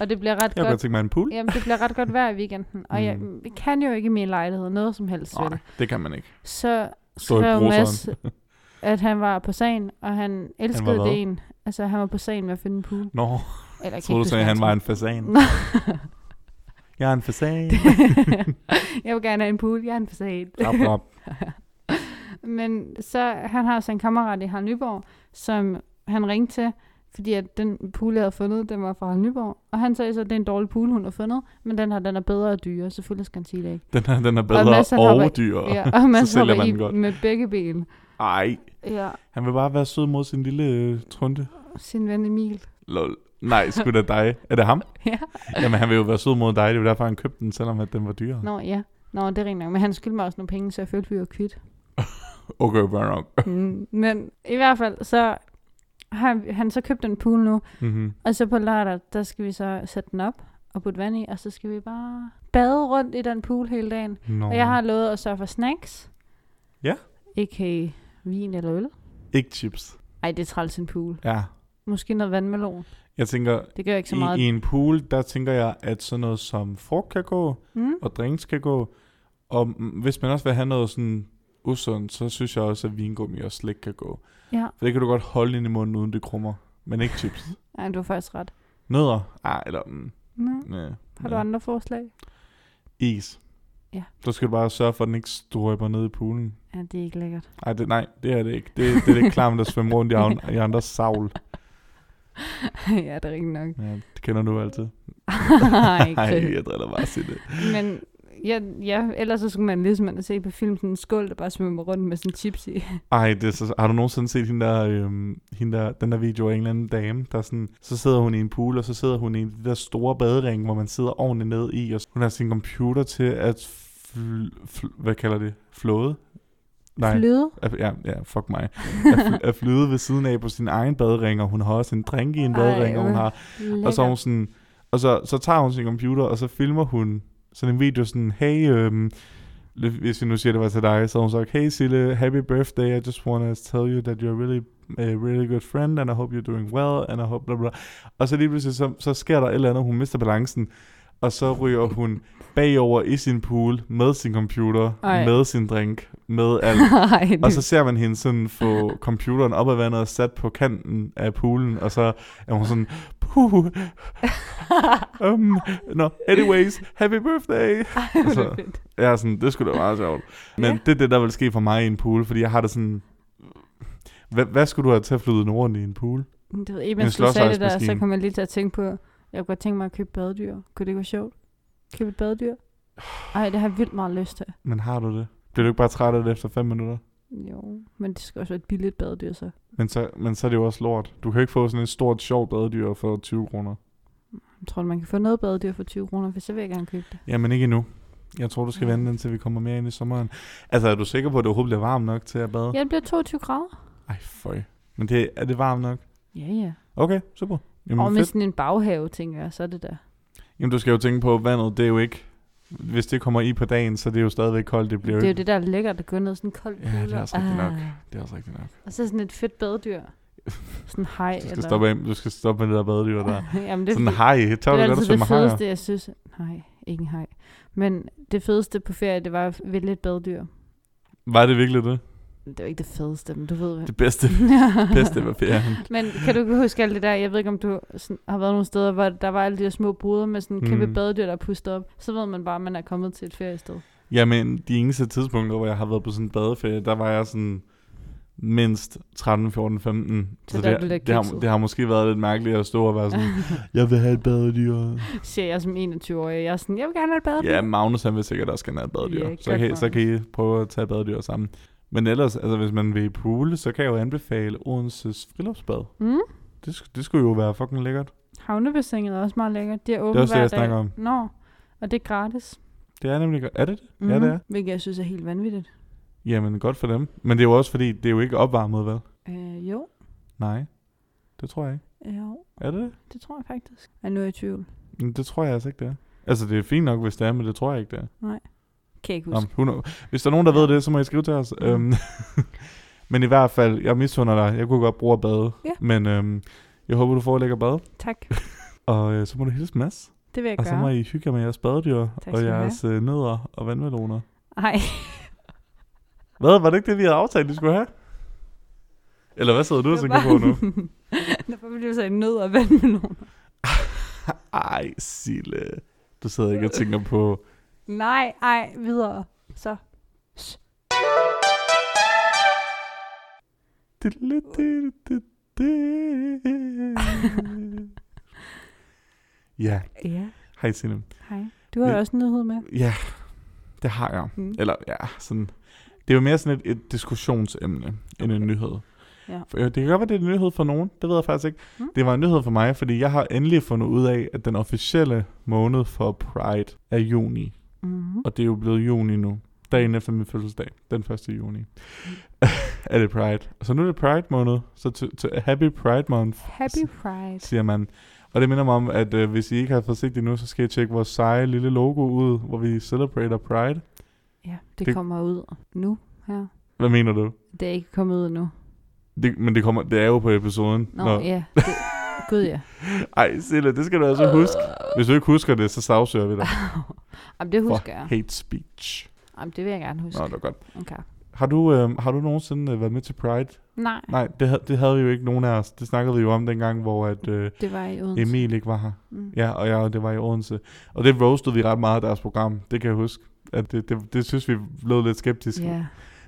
[SPEAKER 3] Og det bliver ret
[SPEAKER 2] Jeg kunne godt
[SPEAKER 3] godt...
[SPEAKER 2] tænke mig en pool.
[SPEAKER 3] Jamen, det bliver ret godt vejr i weekenden. Og jeg,
[SPEAKER 2] Mm.
[SPEAKER 3] vi kan jo ikke i min lejlighed noget som helst. vel?
[SPEAKER 2] Nej, det kan man ikke.
[SPEAKER 3] så
[SPEAKER 2] Stå i
[SPEAKER 3] skrev
[SPEAKER 2] bruseren.
[SPEAKER 3] Mads, at han var på sagen, og han elskede
[SPEAKER 2] hvad?
[SPEAKER 3] det en. Altså, han var på sagen med at finde en pool. Eller,
[SPEAKER 2] Nå,
[SPEAKER 3] jeg kan
[SPEAKER 2] jeg troede du
[SPEAKER 3] ikke
[SPEAKER 2] sagde, at han
[SPEAKER 3] huske,
[SPEAKER 2] var
[SPEAKER 3] hvad
[SPEAKER 2] en fasan.
[SPEAKER 3] sagde.
[SPEAKER 2] Jeg er en fasan.
[SPEAKER 3] jeg vil gerne have en pool, jeg er en fasad.
[SPEAKER 2] Rap, rap.
[SPEAKER 3] Men så, han har så en kammerat i Harald Nyborg, som han ringte til, fordi at den pool, jeg havde fundet, den var fra Harald Nyborg. Og han sagde så, at det er en dårlig pool, hun har fundet, men den her, den er bedre og dyre. Selvfølgelig skal han sige det ikke.
[SPEAKER 2] Den er, den er bedre
[SPEAKER 3] Mads, han
[SPEAKER 2] og,
[SPEAKER 3] hopper-
[SPEAKER 2] dyrere.
[SPEAKER 3] Ja, og man så
[SPEAKER 2] sælger man
[SPEAKER 3] i,
[SPEAKER 2] den godt.
[SPEAKER 3] med begge ben.
[SPEAKER 2] Ej,
[SPEAKER 3] Ja,
[SPEAKER 2] han vil bare være sød mod sin lille øh, trunte.
[SPEAKER 3] sin ven Emil.
[SPEAKER 2] Lol. Nej, sgu da dig. Er det ham?
[SPEAKER 3] Ja.
[SPEAKER 2] Jamen, han vil jo være sød mod dig. Det er jo derfor, han købte den, selvom at den var dyrere.
[SPEAKER 3] Nå, ja. Nå, det er rent nok. Men han skyldte mig også nogle penge, så jeg følte, vi var kvidt.
[SPEAKER 2] Okay, fair nok.
[SPEAKER 3] Mm, Men i hvert fald, så har han så købt en pool nu.
[SPEAKER 2] Mhm.
[SPEAKER 3] Og så på lørdag, der skal vi så sætte den op og putte vand i. Og så skal vi bare bade rundt i den pool hele dagen.
[SPEAKER 2] Nå.
[SPEAKER 3] Og jeg har lovet at sørge for snacks.
[SPEAKER 2] Ja.
[SPEAKER 3] Ikke vin eller øl.
[SPEAKER 2] Ikke chips.
[SPEAKER 3] Ej, det er træls en pool.
[SPEAKER 2] Ja.
[SPEAKER 3] Måske noget vandmelon.
[SPEAKER 2] Jeg tænker,
[SPEAKER 3] Det gør ikke så
[SPEAKER 2] I,
[SPEAKER 3] meget.
[SPEAKER 2] I en pool, der tænker jeg, at sådan noget som frugt kan gå,
[SPEAKER 3] Mm?
[SPEAKER 2] og drinks kan gå. Og mm, hvis man også vil have noget sådan usundt, så synes jeg også, at vingummi og slik kan gå.
[SPEAKER 3] Ja.
[SPEAKER 2] For det kan du godt holde ind i munden, uden det krummer. Men ikke chips.
[SPEAKER 3] Ej, du har faktisk ret.
[SPEAKER 2] Nødder? Ah, eller... Mm,
[SPEAKER 3] Nå.
[SPEAKER 2] næ,
[SPEAKER 3] Har du
[SPEAKER 2] næ.
[SPEAKER 3] andre forslag?
[SPEAKER 2] Is.
[SPEAKER 3] Ja.
[SPEAKER 2] Så skal du bare sørge for, at den ikke strøber ned i poolen.
[SPEAKER 3] Ja, det er ikke lækkert.
[SPEAKER 2] Ej, det, nej, det er det ikke. Det, det er det klam, der svømmer rundt i, an, i andres savl.
[SPEAKER 3] ja, det er rigtigt nok.
[SPEAKER 2] Ja, det kender du altid.
[SPEAKER 3] Ej,
[SPEAKER 2] Nej,
[SPEAKER 3] Chris.
[SPEAKER 2] jeg driller bare til det.
[SPEAKER 3] Men ja, ja, ellers så skulle man ligesom man se på film sådan en skål, der bare svømmer rundt med sådan chips i.
[SPEAKER 2] Ej, det er så, har du nogensinde set hende der, øhm, hende der, den der video af en eller anden dame, der sådan, så sidder hun i en pool, og så sidder hun i en af de der store badering, hvor man sidder ordentligt ned i, og hun har sin computer til at, fl- fl- hvad kalder det, flåde? Nej,
[SPEAKER 3] Fløde.
[SPEAKER 2] at, ja, ja, fuck mig. At, fl- at flyde ved siden af på sin egen badering, og hun har også en drink i en
[SPEAKER 3] Ej,
[SPEAKER 2] badering, og hun
[SPEAKER 3] hvor
[SPEAKER 2] har Og så, er hun sådan, og så, så tager hun sin computer, og så filmer hun sådan en video sådan, hey, øhm, hvis jeg nu siger det var til dig, så har hun sagt, hey Sille, happy birthday, I just want to tell you that you're really a really good friend, and I hope you're doing well, and I hope bla bla. Og så lige pludselig, så, så sker der et eller andet, hun mister balancen, og så ryger hun bagover i sin pool, med sin computer,
[SPEAKER 3] Ej.
[SPEAKER 2] med sin drink, med alt.
[SPEAKER 3] Ej, det,
[SPEAKER 2] Og så ser man hende sådan få computeren op af vandet og sat på kanten af poolen, og så er hun sådan, puh, um, no, anyways, happy birthday.
[SPEAKER 3] Ej, hvor er
[SPEAKER 2] så-
[SPEAKER 3] det fedt.
[SPEAKER 2] Jeg er sådan, det skulle da være sjovt. Men
[SPEAKER 3] Ja.
[SPEAKER 2] det er det, der vil ske for mig i en pool, fordi jeg har det sådan, hvad, hvad skulle du have til at flyde Norden i en pool?
[SPEAKER 3] Det ved jeg,
[SPEAKER 2] En
[SPEAKER 3] men du sagde det der, så
[SPEAKER 2] slåsejsmaskine.
[SPEAKER 3] kom jeg lige til at tænke på, jeg kunne godt tænke mig at købe badedyr. Kunne det ikke være sjovt? Købe et badedyr? Ej, det har jeg vildt meget lyst til.
[SPEAKER 2] Men har du det? Bliver du ikke bare træt af det efter fem minutter?
[SPEAKER 3] Jo, men det skal også være et billigt badedyr så.
[SPEAKER 2] Men så, men så er det jo også lort. Du kan jo ikke få sådan et stort, sjovt badedyr for 20 kroner.
[SPEAKER 3] Jeg tror, man kan få noget badedyr for 20 kroner, for så vil jeg gerne købe det.
[SPEAKER 2] Jamen ikke endnu. Jeg tror, du skal vente, indtil vi kommer mere ind i sommeren. Altså, er du sikker på, at det overhovedet bliver varmt nok til at bade?
[SPEAKER 3] Ja, det bliver 22 grader.
[SPEAKER 2] Ej, føj. Men det, er det varmt nok?
[SPEAKER 3] Ja, ja.
[SPEAKER 2] Okay, super. Jamen,
[SPEAKER 3] Og med
[SPEAKER 2] fedt.
[SPEAKER 3] sådan en baghave, tænker jeg, så er det der.
[SPEAKER 2] Jamen, du skal jo tænke på, at vandet, det er jo ikke... Hvis det kommer i på dagen, så er det jo stadigvæk koldt. Det
[SPEAKER 3] Det
[SPEAKER 2] bliver
[SPEAKER 3] er jo
[SPEAKER 2] ikke...
[SPEAKER 3] det, der er lækkert at gå ned i sådan en kold
[SPEAKER 2] Ja, det er
[SPEAKER 3] pool, og-
[SPEAKER 2] også rigtigt nok.
[SPEAKER 3] Ah.
[SPEAKER 2] det er også rigtigt nok.
[SPEAKER 3] Og så sådan et fedt badedyr. Sådan en hej.
[SPEAKER 2] Du skal, stoppe af, du skal stoppe med det der badedyr der.
[SPEAKER 3] Jamen, det er
[SPEAKER 2] Sådan
[SPEAKER 3] fordi-
[SPEAKER 2] hej, tør
[SPEAKER 3] det
[SPEAKER 2] du
[SPEAKER 3] er
[SPEAKER 2] godt at
[SPEAKER 3] altid
[SPEAKER 2] svømme
[SPEAKER 3] det
[SPEAKER 2] hejer?
[SPEAKER 3] fedeste, jeg synes. Nej, ikke en hej. Men det fedeste på ferie, det var at vælge et baddyr.
[SPEAKER 2] Var det virkelig det?
[SPEAKER 3] Det var ikke det fedeste, men du ved hvad.
[SPEAKER 2] Det bedste, bedste var ferien.
[SPEAKER 3] men kan du ikke huske alt det der? Jeg ved ikke, om du sådan, har været nogle steder, hvor der var alle de der små boder med sådan en kæmpe
[SPEAKER 2] Mm.
[SPEAKER 3] badedyr, der er pustet op. Så ved man bare, at man er kommet til et feriested.
[SPEAKER 2] Jamen, de eneste tidspunkter, hvor jeg har været på sådan en badeferie, der var jeg sådan mindst 13, 14, 15.
[SPEAKER 3] Så
[SPEAKER 2] Så,
[SPEAKER 3] der er
[SPEAKER 2] det,
[SPEAKER 3] du lidt
[SPEAKER 2] det, har,
[SPEAKER 3] kikset.
[SPEAKER 2] det har måske været lidt mærkeligt at stå og være sådan, jeg vil have et badedyr.
[SPEAKER 3] Siger jeg som 21-årig. Jeg er sådan, jeg vil gerne have et badedyr.
[SPEAKER 2] ja, Magnus han vil sikkert også gerne have et badedyr.
[SPEAKER 3] Ja,
[SPEAKER 2] så,
[SPEAKER 3] godt
[SPEAKER 2] kan,
[SPEAKER 3] for
[SPEAKER 2] så
[SPEAKER 3] ham.
[SPEAKER 2] kan I prøve at tage et badedyr sammen. Men ellers, altså hvis man vil i pool, så kan jeg jo anbefale Odenses friluftsbad.
[SPEAKER 3] Mm?
[SPEAKER 2] Det, sk- det skulle jo være fucking lækkert.
[SPEAKER 3] Havnebassinet er også meget lækkert. Det er
[SPEAKER 2] Det er
[SPEAKER 3] åbent
[SPEAKER 2] også det,
[SPEAKER 3] hver
[SPEAKER 2] jeg
[SPEAKER 3] dag.
[SPEAKER 2] snakker om.
[SPEAKER 3] Nå, og det er gratis.
[SPEAKER 2] Det er nemlig... Er det det? Ja, det er.
[SPEAKER 3] Hvilket jeg synes er helt vanvittigt.
[SPEAKER 2] Jamen, godt for dem. Men det er jo også fordi, det er jo ikke opvarmet, vel?
[SPEAKER 3] Øh, jo. øh,
[SPEAKER 2] Nej. Det tror jeg ikke.
[SPEAKER 3] Jo,
[SPEAKER 2] Er det det?
[SPEAKER 3] det tror jeg faktisk. Men nu er jeg i tvivl.
[SPEAKER 2] Men Det tror jeg altså ikke, det er. Altså, det er fint nok, hvis det er, men det tror jeg ikke, det er.
[SPEAKER 3] Kan jeg ikke
[SPEAKER 2] Nå,
[SPEAKER 3] huske.
[SPEAKER 2] who know. Hvis der er nogen, der ved det, så må I skrive til os.
[SPEAKER 3] Mm.
[SPEAKER 2] Mm. men i hvert fald, jeg misunder dig. Jeg kunne godt bruge at bade.
[SPEAKER 3] Ja.
[SPEAKER 2] Men øhm, jeg håber, du får lækker bad.
[SPEAKER 3] Tak.
[SPEAKER 2] Og øh, så må du hilse Mads.
[SPEAKER 3] Det vil jeg
[SPEAKER 2] Og så må
[SPEAKER 3] gøre.
[SPEAKER 2] I hygge jer med jeres badedyr
[SPEAKER 3] skal
[SPEAKER 2] og
[SPEAKER 3] du have.
[SPEAKER 2] jeres øh, nødder og vandmeloner.
[SPEAKER 3] Nej,
[SPEAKER 2] Hvad? Var det ikke det, vi havde aftalt, vi skulle have? Eller hvad sidder du og
[SPEAKER 3] Det
[SPEAKER 2] tænker
[SPEAKER 3] var-
[SPEAKER 2] på nu?
[SPEAKER 3] derfor blev jeg så nød og vandmeloner.
[SPEAKER 2] Ej, Sille. Du sidder ikke og tænker på...
[SPEAKER 3] Nej, ej, videre. Så.
[SPEAKER 2] Ja,
[SPEAKER 3] Ja,
[SPEAKER 2] hej Sille.
[SPEAKER 3] hej. Du har
[SPEAKER 2] Men-
[SPEAKER 3] jo også en nyhed med.
[SPEAKER 2] Ja, det har jeg.
[SPEAKER 3] Mm.
[SPEAKER 2] Eller ja, sådan... Det er jo mere sådan et, et diskussionsemne end en nyhed.
[SPEAKER 3] Ja.
[SPEAKER 2] For, øh, det kan godt være, det er en nyhed for nogen. Det ved jeg faktisk ikke.
[SPEAKER 3] Mm.
[SPEAKER 2] Det var en nyhed for mig, fordi jeg har endelig fundet ud af, at den officielle måned for Pride er juni.
[SPEAKER 3] Mm-hmm.
[SPEAKER 2] Og det er jo blevet juni nu. Dagen efter min fødselsdag, den 1. juni, er det Pride. Så nu er det Pride måned, så t- t- Happy Pride Month,
[SPEAKER 3] Happy Pride.
[SPEAKER 2] siger man. Og det minder mig om, at øh, hvis I ikke har fået set det nu, så skal I tjekke vores seje lille logo ud, hvor vi celebrater Pride.
[SPEAKER 3] Ja, det,
[SPEAKER 2] Det-
[SPEAKER 3] det kommer ud nu her.
[SPEAKER 2] Hvad mener du?
[SPEAKER 3] Det er ikke kommet ud endnu.
[SPEAKER 2] Det, men det, kommer, det er jo på episoden.
[SPEAKER 3] Nå, Nå. ja. Det, gud ja.
[SPEAKER 2] Ej, Silla, det skal du
[SPEAKER 3] Øh.
[SPEAKER 2] altså huske. Hvis du ikke husker det, så sagsøger vi dig.
[SPEAKER 3] Jamen, det husker jeg.
[SPEAKER 2] Hate speech.
[SPEAKER 3] Jamen, det vil jeg gerne huske.
[SPEAKER 2] Nå, det var godt.
[SPEAKER 3] Okay.
[SPEAKER 2] Har du, øh, har du nogensinde øh, været med til Pride?
[SPEAKER 3] Nej,
[SPEAKER 2] Nej, det, hav- det havde vi jo ikke nogen af os. Det snakkede vi jo om dengang, hvor at, øh,
[SPEAKER 3] det var i Odense.
[SPEAKER 2] Emil ikke var her.
[SPEAKER 3] Mm.
[SPEAKER 2] Ja, og jeg, det var i Odense. Og det roastede vi ret meget af deres program. Det kan jeg huske. At det, det, det synes vi blev lidt skeptisk.
[SPEAKER 3] Ja.
[SPEAKER 2] Det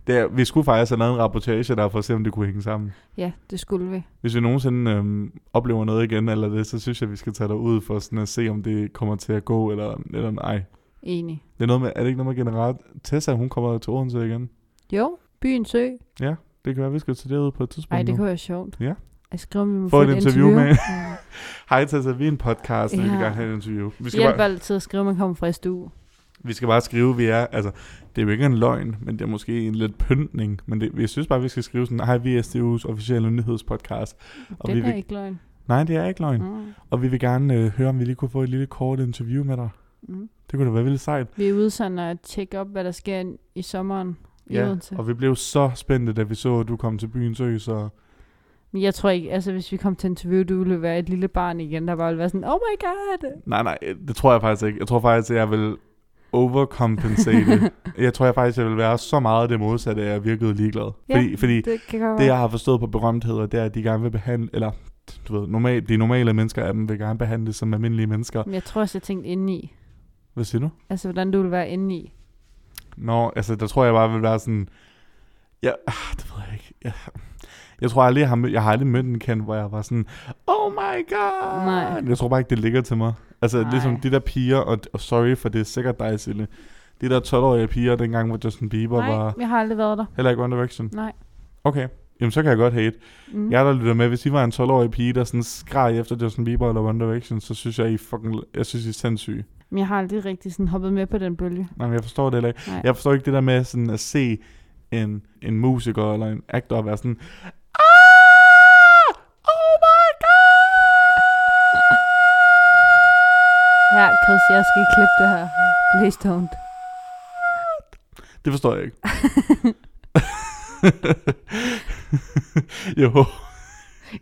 [SPEAKER 2] Det er, vi skulle faktisk have lavet en rapportage der, for at se, om det kunne hænge sammen.
[SPEAKER 3] Ja, det skulle vi.
[SPEAKER 2] Hvis vi nogensinde øhm, oplever noget igen eller det, så synes jeg, vi skal tage dig ud for sådan at se, om det kommer til at gå eller, eller nej.
[SPEAKER 3] Enig.
[SPEAKER 2] Det er, noget med, er det ikke noget med generelt? Tessa, hun kommer til Odense igen.
[SPEAKER 3] Jo, byen sø.
[SPEAKER 2] Det kan være, vi skal tage det ud på et tidspunkt
[SPEAKER 3] Ej, det
[SPEAKER 2] nu.
[SPEAKER 3] kunne være sjovt.
[SPEAKER 2] Ja.
[SPEAKER 3] Jeg skriver, vi må
[SPEAKER 2] Få
[SPEAKER 3] få,
[SPEAKER 2] et interview med.
[SPEAKER 3] Mm.
[SPEAKER 2] Hej Tessa, vi er en podcast, og vi vil
[SPEAKER 3] Ja.
[SPEAKER 2] gerne have et interview. Vi
[SPEAKER 3] Det
[SPEAKER 2] skal,
[SPEAKER 3] hjælper
[SPEAKER 2] bare,
[SPEAKER 3] altid at skrive, at man kommer fra stue.
[SPEAKER 2] vi skal bare skrive, vi er, altså, det er jo ikke en løgn, men det er måske en lidt pyntning. Men det, jeg synes bare, vi skal skrive sådan, hej, vi er SDU's officielle nyhedspodcast. Og
[SPEAKER 3] Det
[SPEAKER 2] vi
[SPEAKER 3] er da
[SPEAKER 2] vil,
[SPEAKER 3] ikke løgn.
[SPEAKER 2] Nej, det er ikke løgn. Mm.
[SPEAKER 3] Mm.
[SPEAKER 2] Og vi vil gerne øh, høre, om vi lige kunne få et lille kort interview med dig.
[SPEAKER 3] Mm.
[SPEAKER 2] Det kunne da være vildt sejt.
[SPEAKER 3] Vi er udsender og tjekke op, hvad der sker i sommeren i
[SPEAKER 2] Ja,
[SPEAKER 3] Odense.
[SPEAKER 2] og vi blev så spændte, da vi så, at du kom til byen Sø, så
[SPEAKER 3] Men jeg tror ikke, altså hvis vi kom til interview, du ville være et lille barn igen, der bare ville være sådan, oh my god.
[SPEAKER 2] Nej, nej, det tror jeg faktisk ikke. Jeg tror faktisk, at jeg vil overcompensate. jeg tror jeg faktisk, jeg vil være så meget af det modsatte, at jeg virkede ligeglad.
[SPEAKER 3] Ja,
[SPEAKER 2] fordi, fordi
[SPEAKER 3] det kan godt
[SPEAKER 2] det,
[SPEAKER 3] være.
[SPEAKER 2] jeg har forstået på berømtheder, det er, at de gerne vil behandle, eller du ved, normal, de normale mennesker af dem vil gerne behandles som almindelige mennesker.
[SPEAKER 3] Men jeg tror også, jeg tænkte indeni.
[SPEAKER 2] Hvad siger du?
[SPEAKER 3] Altså, hvordan du ville være indeni.
[SPEAKER 2] Nå, altså, der tror jeg bare, jeg vil være sådan... Ja, ah, det ved jeg ikke. Jeg, jeg tror aldrig, jeg har, mød, jeg har aldrig mødt en kendt, hvor jeg var sådan, oh my god.
[SPEAKER 3] Nej.
[SPEAKER 2] Jeg tror bare ikke, det ligger til mig. Altså Nej.
[SPEAKER 3] Nej.
[SPEAKER 2] ligesom de der piger, og, og sorry for det er sikkert dig, Sille. De der 12-årige piger, dengang hvor Justin Bieber
[SPEAKER 3] Nej,
[SPEAKER 2] var
[SPEAKER 3] jeg har aldrig været der.
[SPEAKER 2] heller ikke One Direction.
[SPEAKER 3] Nej.
[SPEAKER 2] Okay, jamen så kan jeg godt hate.
[SPEAKER 3] Mm.
[SPEAKER 2] Jeg der lytter med, hvis I var en 12-årig pige, der sådan skreg efter Justin Bieber eller One Direction, så synes jeg, I fucking, jeg synes, I er sindssyge.
[SPEAKER 3] Men jeg har aldrig rigtig sådan hoppet med på den bølge.
[SPEAKER 2] Nej, men jeg forstår det heller ikke.
[SPEAKER 3] Nej.
[SPEAKER 2] Jeg forstår ikke det der med sådan at se en, en musiker eller en actor og være sådan, "Ah! Oh
[SPEAKER 3] Ja, Chris, jeg skal klippe det her. Please don't.
[SPEAKER 2] det forstår jeg ikke. jo,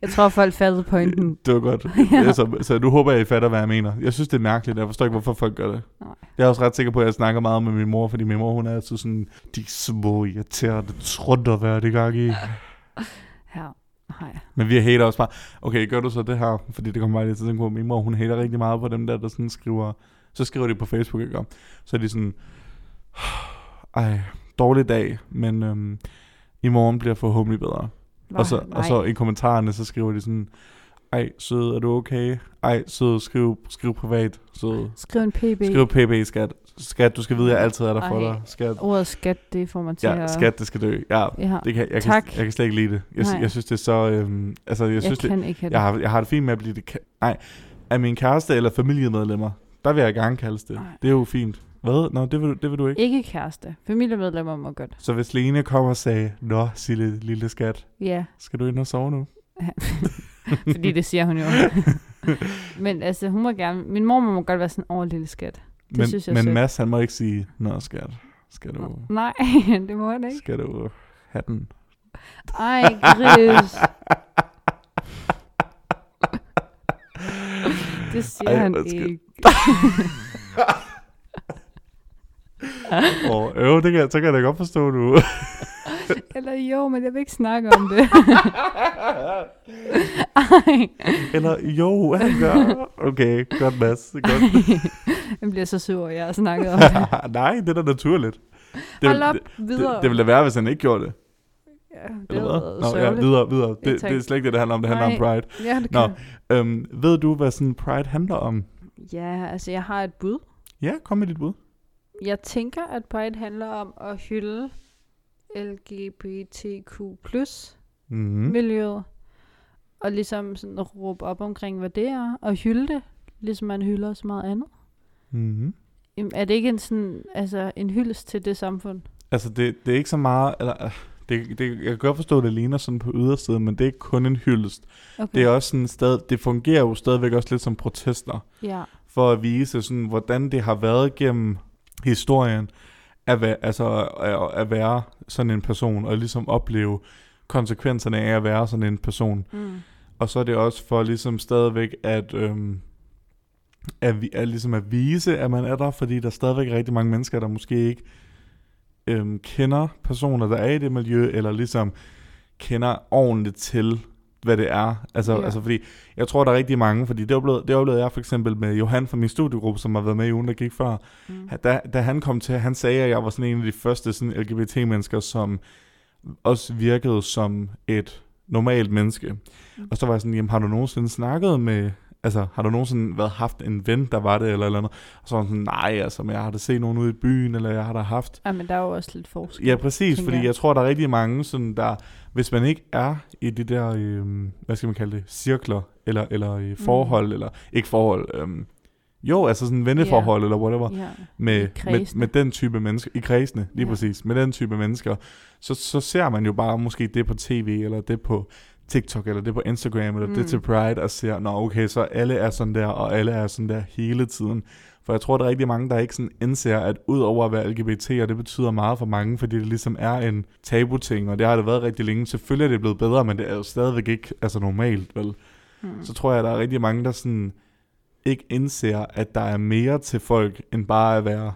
[SPEAKER 3] Jeg tror, folk fattede pointen.
[SPEAKER 2] det var godt.
[SPEAKER 3] ja.
[SPEAKER 2] Ja. Så, så nu håber jeg, I fatter, hvad jeg mener. Jeg synes, det er mærkeligt. Jeg forstår ikke, hvorfor folk gør det.
[SPEAKER 3] Nej.
[SPEAKER 2] Jeg er også ret sikker på, at jeg snakker meget med min mor, fordi min mor, hun er altid sådan, de små irriterende trunder, hvad er det gang i?
[SPEAKER 3] Ja. Nej.
[SPEAKER 2] Men vi hater også bare, okay, gør du så det her? Fordi det kommer bare lidt til at tænke på, at min mor, hun hater rigtig meget på dem der, der sådan skriver, så skriver de på Facebook, ikke? Og Så er de sådan, ej, dårlig dag, men øhm, i morgen bliver forhåbentlig bedre.
[SPEAKER 3] Hva?
[SPEAKER 2] Og så, og så i kommentarerne, så skriver de sådan, ej, søde, er du okay? Ej, søde, skriv, skriv privat, søde.
[SPEAKER 3] Skriv en pb.
[SPEAKER 2] Skriv pb, skat. Skat, du skal vide, jeg altid er der for
[SPEAKER 3] Ej.
[SPEAKER 2] dig. Skat,
[SPEAKER 3] Ordet skat, det får mig til
[SPEAKER 2] ja,
[SPEAKER 3] at...
[SPEAKER 2] skat, det skal dø. Ja,
[SPEAKER 3] Ja.
[SPEAKER 2] det kan, jeg, kan,
[SPEAKER 3] Tak.
[SPEAKER 2] jeg kan slet ikke lide det. Jeg,
[SPEAKER 3] Nej.
[SPEAKER 2] jeg synes, det er så... Øhm, altså, jeg,
[SPEAKER 3] Jeg,
[SPEAKER 2] synes, det,
[SPEAKER 3] kan ikke have det.
[SPEAKER 2] jeg har, jeg har det fint med at blive det... ka- Nej, af min kæreste eller familiemedlemmer, der vil jeg gerne kaldes det.
[SPEAKER 3] Nej.
[SPEAKER 2] Det er jo fint. Hvad? Nå, det vil, du- det vil du ikke.
[SPEAKER 3] Ikke kæreste. Familiemedlemmer må godt.
[SPEAKER 2] Så hvis Lene kommer og sagde, Nå, Sille, lille skat,
[SPEAKER 3] Ja,
[SPEAKER 2] skal du ind og sove nu?
[SPEAKER 3] fordi det siger hun jo. Men altså, hun må gerne... Min mor må godt være sådan, åh, lille skat.
[SPEAKER 2] men
[SPEAKER 3] synes jeg er
[SPEAKER 2] men
[SPEAKER 3] sødt.
[SPEAKER 2] Mads, han må ikke sige, Nå, skat, skal du,
[SPEAKER 3] Nå, Nej, det må han ikke.
[SPEAKER 2] skal du have den?
[SPEAKER 3] Ej, Chris. Det siger
[SPEAKER 2] Ej,
[SPEAKER 3] Ej, han
[SPEAKER 2] undskyld.
[SPEAKER 3] ikke.
[SPEAKER 2] Og øv, det kan, så kan jeg da godt forstå, du.
[SPEAKER 3] Eller jo, men jeg vil ikke snakke om det. Ej.
[SPEAKER 2] Eller jo, han gør. Okay, godt Mads. Godt.
[SPEAKER 3] Jeg bliver så sur, jeg har snakket om det.
[SPEAKER 2] Nej, det er da naturligt. Det,
[SPEAKER 3] Hold op,
[SPEAKER 2] det,
[SPEAKER 3] videre.
[SPEAKER 2] det, det ville da være, hvis han ikke gjorde det.
[SPEAKER 3] ja, det
[SPEAKER 2] Eller
[SPEAKER 3] er
[SPEAKER 2] hvad? Nå, ja,
[SPEAKER 3] sørgeligt.
[SPEAKER 2] videre, videre.
[SPEAKER 3] Ja,
[SPEAKER 2] Det,
[SPEAKER 3] tak.
[SPEAKER 2] det er slet ikke det, det handler om. Det handler om
[SPEAKER 3] Nej.
[SPEAKER 2] pride.
[SPEAKER 3] Ja, det
[SPEAKER 2] Nå.
[SPEAKER 3] kan.
[SPEAKER 2] Øhm, ved du, hvad sådan pride handler om?
[SPEAKER 3] ja, altså jeg har et bud.
[SPEAKER 2] Ja, kom med dit bud.
[SPEAKER 3] Jeg tænker, at Pride handler om at hylde LGBTQ
[SPEAKER 2] Mm.
[SPEAKER 3] miljøet. Og ligesom sådan at råbe op omkring, hvad det er, og hylde det, ligesom man hylder så meget andet.
[SPEAKER 2] Mm.
[SPEAKER 3] Jamen, er det ikke en, sådan, altså, en hyldest til det samfund?
[SPEAKER 2] Altså, det, det er ikke så meget... Eller, øh, det, det, jeg kan godt forstå, at det ligner sådan på ydersiden, men det er ikke kun en hyldest.
[SPEAKER 3] Okay.
[SPEAKER 2] Det er også sådan sted, det fungerer jo stadigvæk også lidt som protester,
[SPEAKER 3] Ja,
[SPEAKER 2] for at vise sådan, hvordan det har været gennem historien at være, altså, at, at være sådan en person, og ligesom opleve konsekvenserne af at være sådan en person.
[SPEAKER 3] mm.
[SPEAKER 2] Og så er det også for ligesom stadigvæk at, øhm, at, vi, at, ligesom at vise, at man er der, fordi der er stadigvæk rigtig mange mennesker, der måske ikke øhm, kender personer, der er i det miljø, eller ligesom kender ordentligt til hvad det er. Altså,
[SPEAKER 3] Ja.
[SPEAKER 2] ja. altså fordi, jeg tror, der er rigtig mange, fordi det oplevede, det oplevede jeg for eksempel med Johan fra min studiegruppe, som har været med i ugen, der gik før.
[SPEAKER 3] Mm.
[SPEAKER 2] Han- Da, da han kom til, han sagde, at jeg var sådan en af de første sådan LGBT-mennesker, som også virkede som et normalt menneske.
[SPEAKER 3] Mm.
[SPEAKER 2] Og så var jeg sådan, jamen har du nogensinde snakket med, altså har du nogensinde været haft en ven, der var det, eller et eller andet? Og så var han sådan, nej, altså, men jeg har da set nogen ude i byen, eller jeg har da haft
[SPEAKER 3] Ja, men der er jo også lidt forskel.
[SPEAKER 2] Ja, præcis,
[SPEAKER 3] tænker
[SPEAKER 2] fordi
[SPEAKER 3] jeg.
[SPEAKER 2] jeg tror, der er rigtig mange, sådan, der, hvis man ikke er i de der, øhm, hvad skal man kalde det, cirkler, eller, eller øh, forhold, mm. eller ikke forhold, øhm, jo, altså sådan venneforhold, yeah. eller whatever,
[SPEAKER 3] Ja.
[SPEAKER 2] med, med,
[SPEAKER 3] kredsene.
[SPEAKER 2] med den type mennesker, i kredsene, lige
[SPEAKER 3] Ja.
[SPEAKER 2] yeah. præcis, med den type mennesker, så, så ser man jo bare måske det på tv, eller det på TikTok, eller det på Instagram, eller mm.
[SPEAKER 3] Mm.
[SPEAKER 2] det til Pride, og ser, nå okay, så alle er sådan der, og alle er sådan der hele tiden. For jeg tror, der er rigtig mange, der ikke sådan indser, at udover at være LGBT, og det betyder meget for mange, fordi det ligesom er en tabu-ting, og det har det været rigtig længe. Selvfølgelig er det blevet bedre, men det er jo stadigvæk ikke altså normalt, vel?
[SPEAKER 3] Mm.
[SPEAKER 2] Så tror jeg, der er rigtig mange, der sådan ikke indser, at der er mere til folk, end bare at være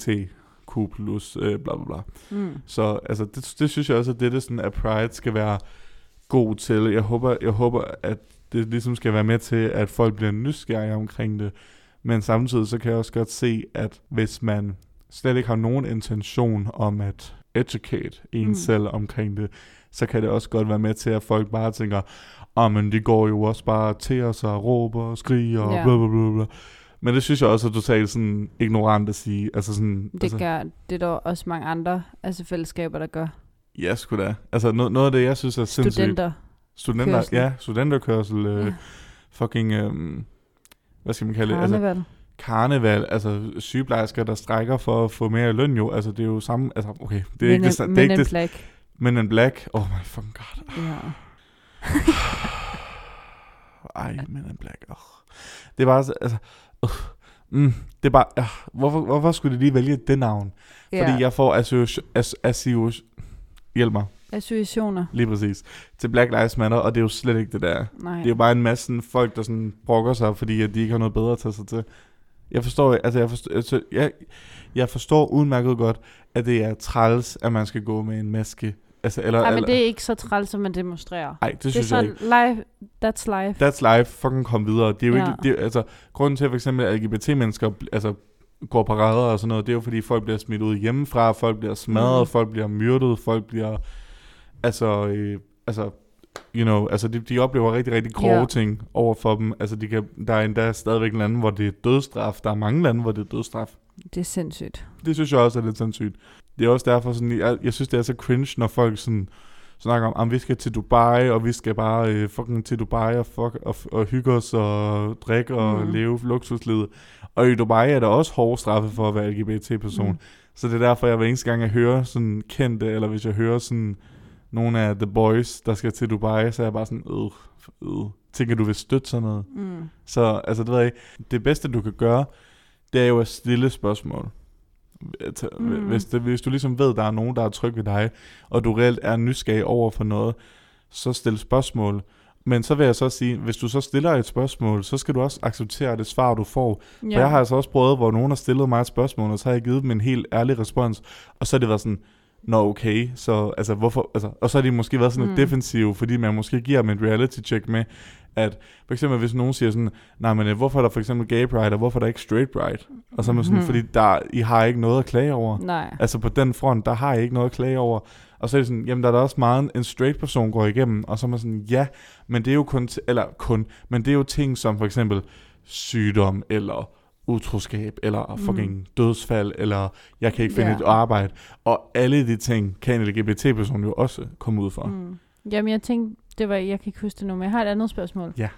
[SPEAKER 2] LGBTQ+, plus, øh, bla bla bla.
[SPEAKER 3] Mm.
[SPEAKER 2] Så altså, det, det synes jeg også, at det, det sådan, at Pride skal være god til. Jeg håber, jeg håber, at det ligesom skal være med til, at folk bliver nysgerrige omkring det. Men samtidig så kan jeg også godt se, at hvis man slet ikke har nogen intention om at educate en
[SPEAKER 3] Mm.
[SPEAKER 2] mm. selv omkring det, så kan det også godt være med til, at folk bare tænker, ah, men de går jo også bare til os og råber og skriger og
[SPEAKER 3] Ja.
[SPEAKER 2] yeah. bla, bla, bla, bla. Men det synes jeg også er totalt sådan ignorant at sige. Altså sådan,
[SPEAKER 3] Det
[SPEAKER 2] altså,
[SPEAKER 3] gør det er der også mange andre altså fællesskaber, der gør.
[SPEAKER 2] Ja, sgu da. Altså noget, noget af det, jeg synes er sindssygt.
[SPEAKER 3] Studenter.
[SPEAKER 2] Studenter,
[SPEAKER 3] kørsel.
[SPEAKER 2] ja, studenterkørsel. Øh,
[SPEAKER 3] Ja.
[SPEAKER 2] ja. Fucking, øh, hvad skal man kalde det? Altså,
[SPEAKER 3] Karneval.
[SPEAKER 2] karneval, altså sygeplejersker, der strækker for at få mere i løn jo. Altså det er jo samme, altså okay, det er
[SPEAKER 3] Men
[SPEAKER 2] ikke det, sa-
[SPEAKER 3] en-
[SPEAKER 2] det,
[SPEAKER 3] men
[SPEAKER 2] er ikke
[SPEAKER 3] en
[SPEAKER 2] det,
[SPEAKER 3] plak.
[SPEAKER 2] men en black, oh my fucking god.
[SPEAKER 3] Ja.
[SPEAKER 2] Ej, men en black, oh. Det er bare, så- altså, uh, mm, det er bare, uh, hvorfor, hvorfor skulle de lige vælge det navn?
[SPEAKER 3] ja.
[SPEAKER 2] Fordi jeg får association, as, as, hjælp mig,
[SPEAKER 3] Associationer.
[SPEAKER 2] lige præcis, til Black Lives Matter, og det er jo slet ikke det, der er.
[SPEAKER 3] Nej.
[SPEAKER 2] Det er jo bare en masse sådan, folk, der sådan brokker sig, fordi at de ikke har noget bedre at tage sig til. Jeg forstår, altså jeg forstår, altså, jeg, jeg forstår udmærket godt, at det er træls, at man skal gå med en maske. Altså, eller,
[SPEAKER 3] Ej, men
[SPEAKER 2] eller,
[SPEAKER 3] det er ikke så træls, som man demonstrerer.
[SPEAKER 2] ej, det,
[SPEAKER 3] Det, det er
[SPEAKER 2] synes jeg ikke.
[SPEAKER 3] så live. That's life.
[SPEAKER 2] That's life, fucking kom videre. Det er jo
[SPEAKER 3] Ja.
[SPEAKER 2] ja. ikke, det, er- altså, grunden til, at for eksempel at LGBT-mennesker bl- altså, går parader og sådan noget, det er jo fordi, folk bliver smidt ud hjemmefra, folk bliver smadret,
[SPEAKER 3] Mm.
[SPEAKER 2] mm. folk bliver myrdet, folk bliver, altså, øh, altså, you know, altså de, de oplever rigtig, rigtig grove
[SPEAKER 3] Ja.
[SPEAKER 2] yeah. ting over for dem. Altså, de kan, der er endda stadigvæk lande, hvor det er dødstraf. Der er mange lande, hvor det er dødstraf.
[SPEAKER 3] Det er sindssygt.
[SPEAKER 2] Det synes jeg også er lidt sandsynligt. Det er også derfor, sådan, jeg, jeg synes, det er så cringe, når folk sådan, snakker om, at vi skal til Dubai, og vi skal bare øh, fucking til Dubai og, fuck, og, og hygge os og drikke og
[SPEAKER 3] Mm.
[SPEAKER 2] mm. leve luksuslivet. Og i Dubai er der også hårde straffe for at være LGBT-person.
[SPEAKER 3] Mm.
[SPEAKER 2] Mm. Så det er derfor, jeg hver eneste gang, jeg hører sådan kendte, eller hvis jeg hører sådan nogle af The Boys, der skal til Dubai, så er jeg bare sådan, øh, øh. Tænker du vil støtte sådan noget?
[SPEAKER 3] Mm.
[SPEAKER 2] Så altså, det ved jeg ikke. Det bedste, du kan gøre, det er jo at stille spørgsmål. Altså,
[SPEAKER 3] Mm.
[SPEAKER 2] Hvis, det, hvis du ligesom ved, der er nogen, der er tryg ved dig, og du reelt er nysgerrig over for noget, så stil spørgsmål. Men så vil jeg så sige, hvis du så stiller et spørgsmål, så skal du også acceptere det svar, du får. Ja. For jeg har altså også prøvet, hvor nogen har stillet mig et spørgsmål, og så har jeg givet dem en helt ærlig respons, og så har det været sådan, nå okay, så altså hvorfor, altså, og så har de måske været sådan
[SPEAKER 3] Mm.
[SPEAKER 2] lidt defensive, fordi man måske giver dem et reality check med, at for eksempel hvis nogen siger sådan, nej men øh, hvorfor er der for eksempel gay pride, og hvorfor er der ikke straight pride? Og så er man sådan,
[SPEAKER 3] Mhm.
[SPEAKER 2] mm. fordi der, I har ikke noget at klage over.
[SPEAKER 3] Nej.
[SPEAKER 2] Altså på den front, der har jeg ikke noget at klage over. Og så er det sådan, jamen der er da også meget, en- en straight person går igennem, og så er man sådan, ja, men det er jo kun, t- eller kun, men det er jo ting som for eksempel sygdom, eller utroskab, eller fucking mm. dødsfald, eller jeg kan ikke finde
[SPEAKER 3] Ja.
[SPEAKER 2] yeah. et arbejde. Og alle de ting kan en LGBT-person jo også komme ud for. Mm.
[SPEAKER 3] Mm. Jamen, jeg tænkte, det var, jeg kan ikke huske det nu, men jeg har et andet spørgsmål.
[SPEAKER 2] Ja.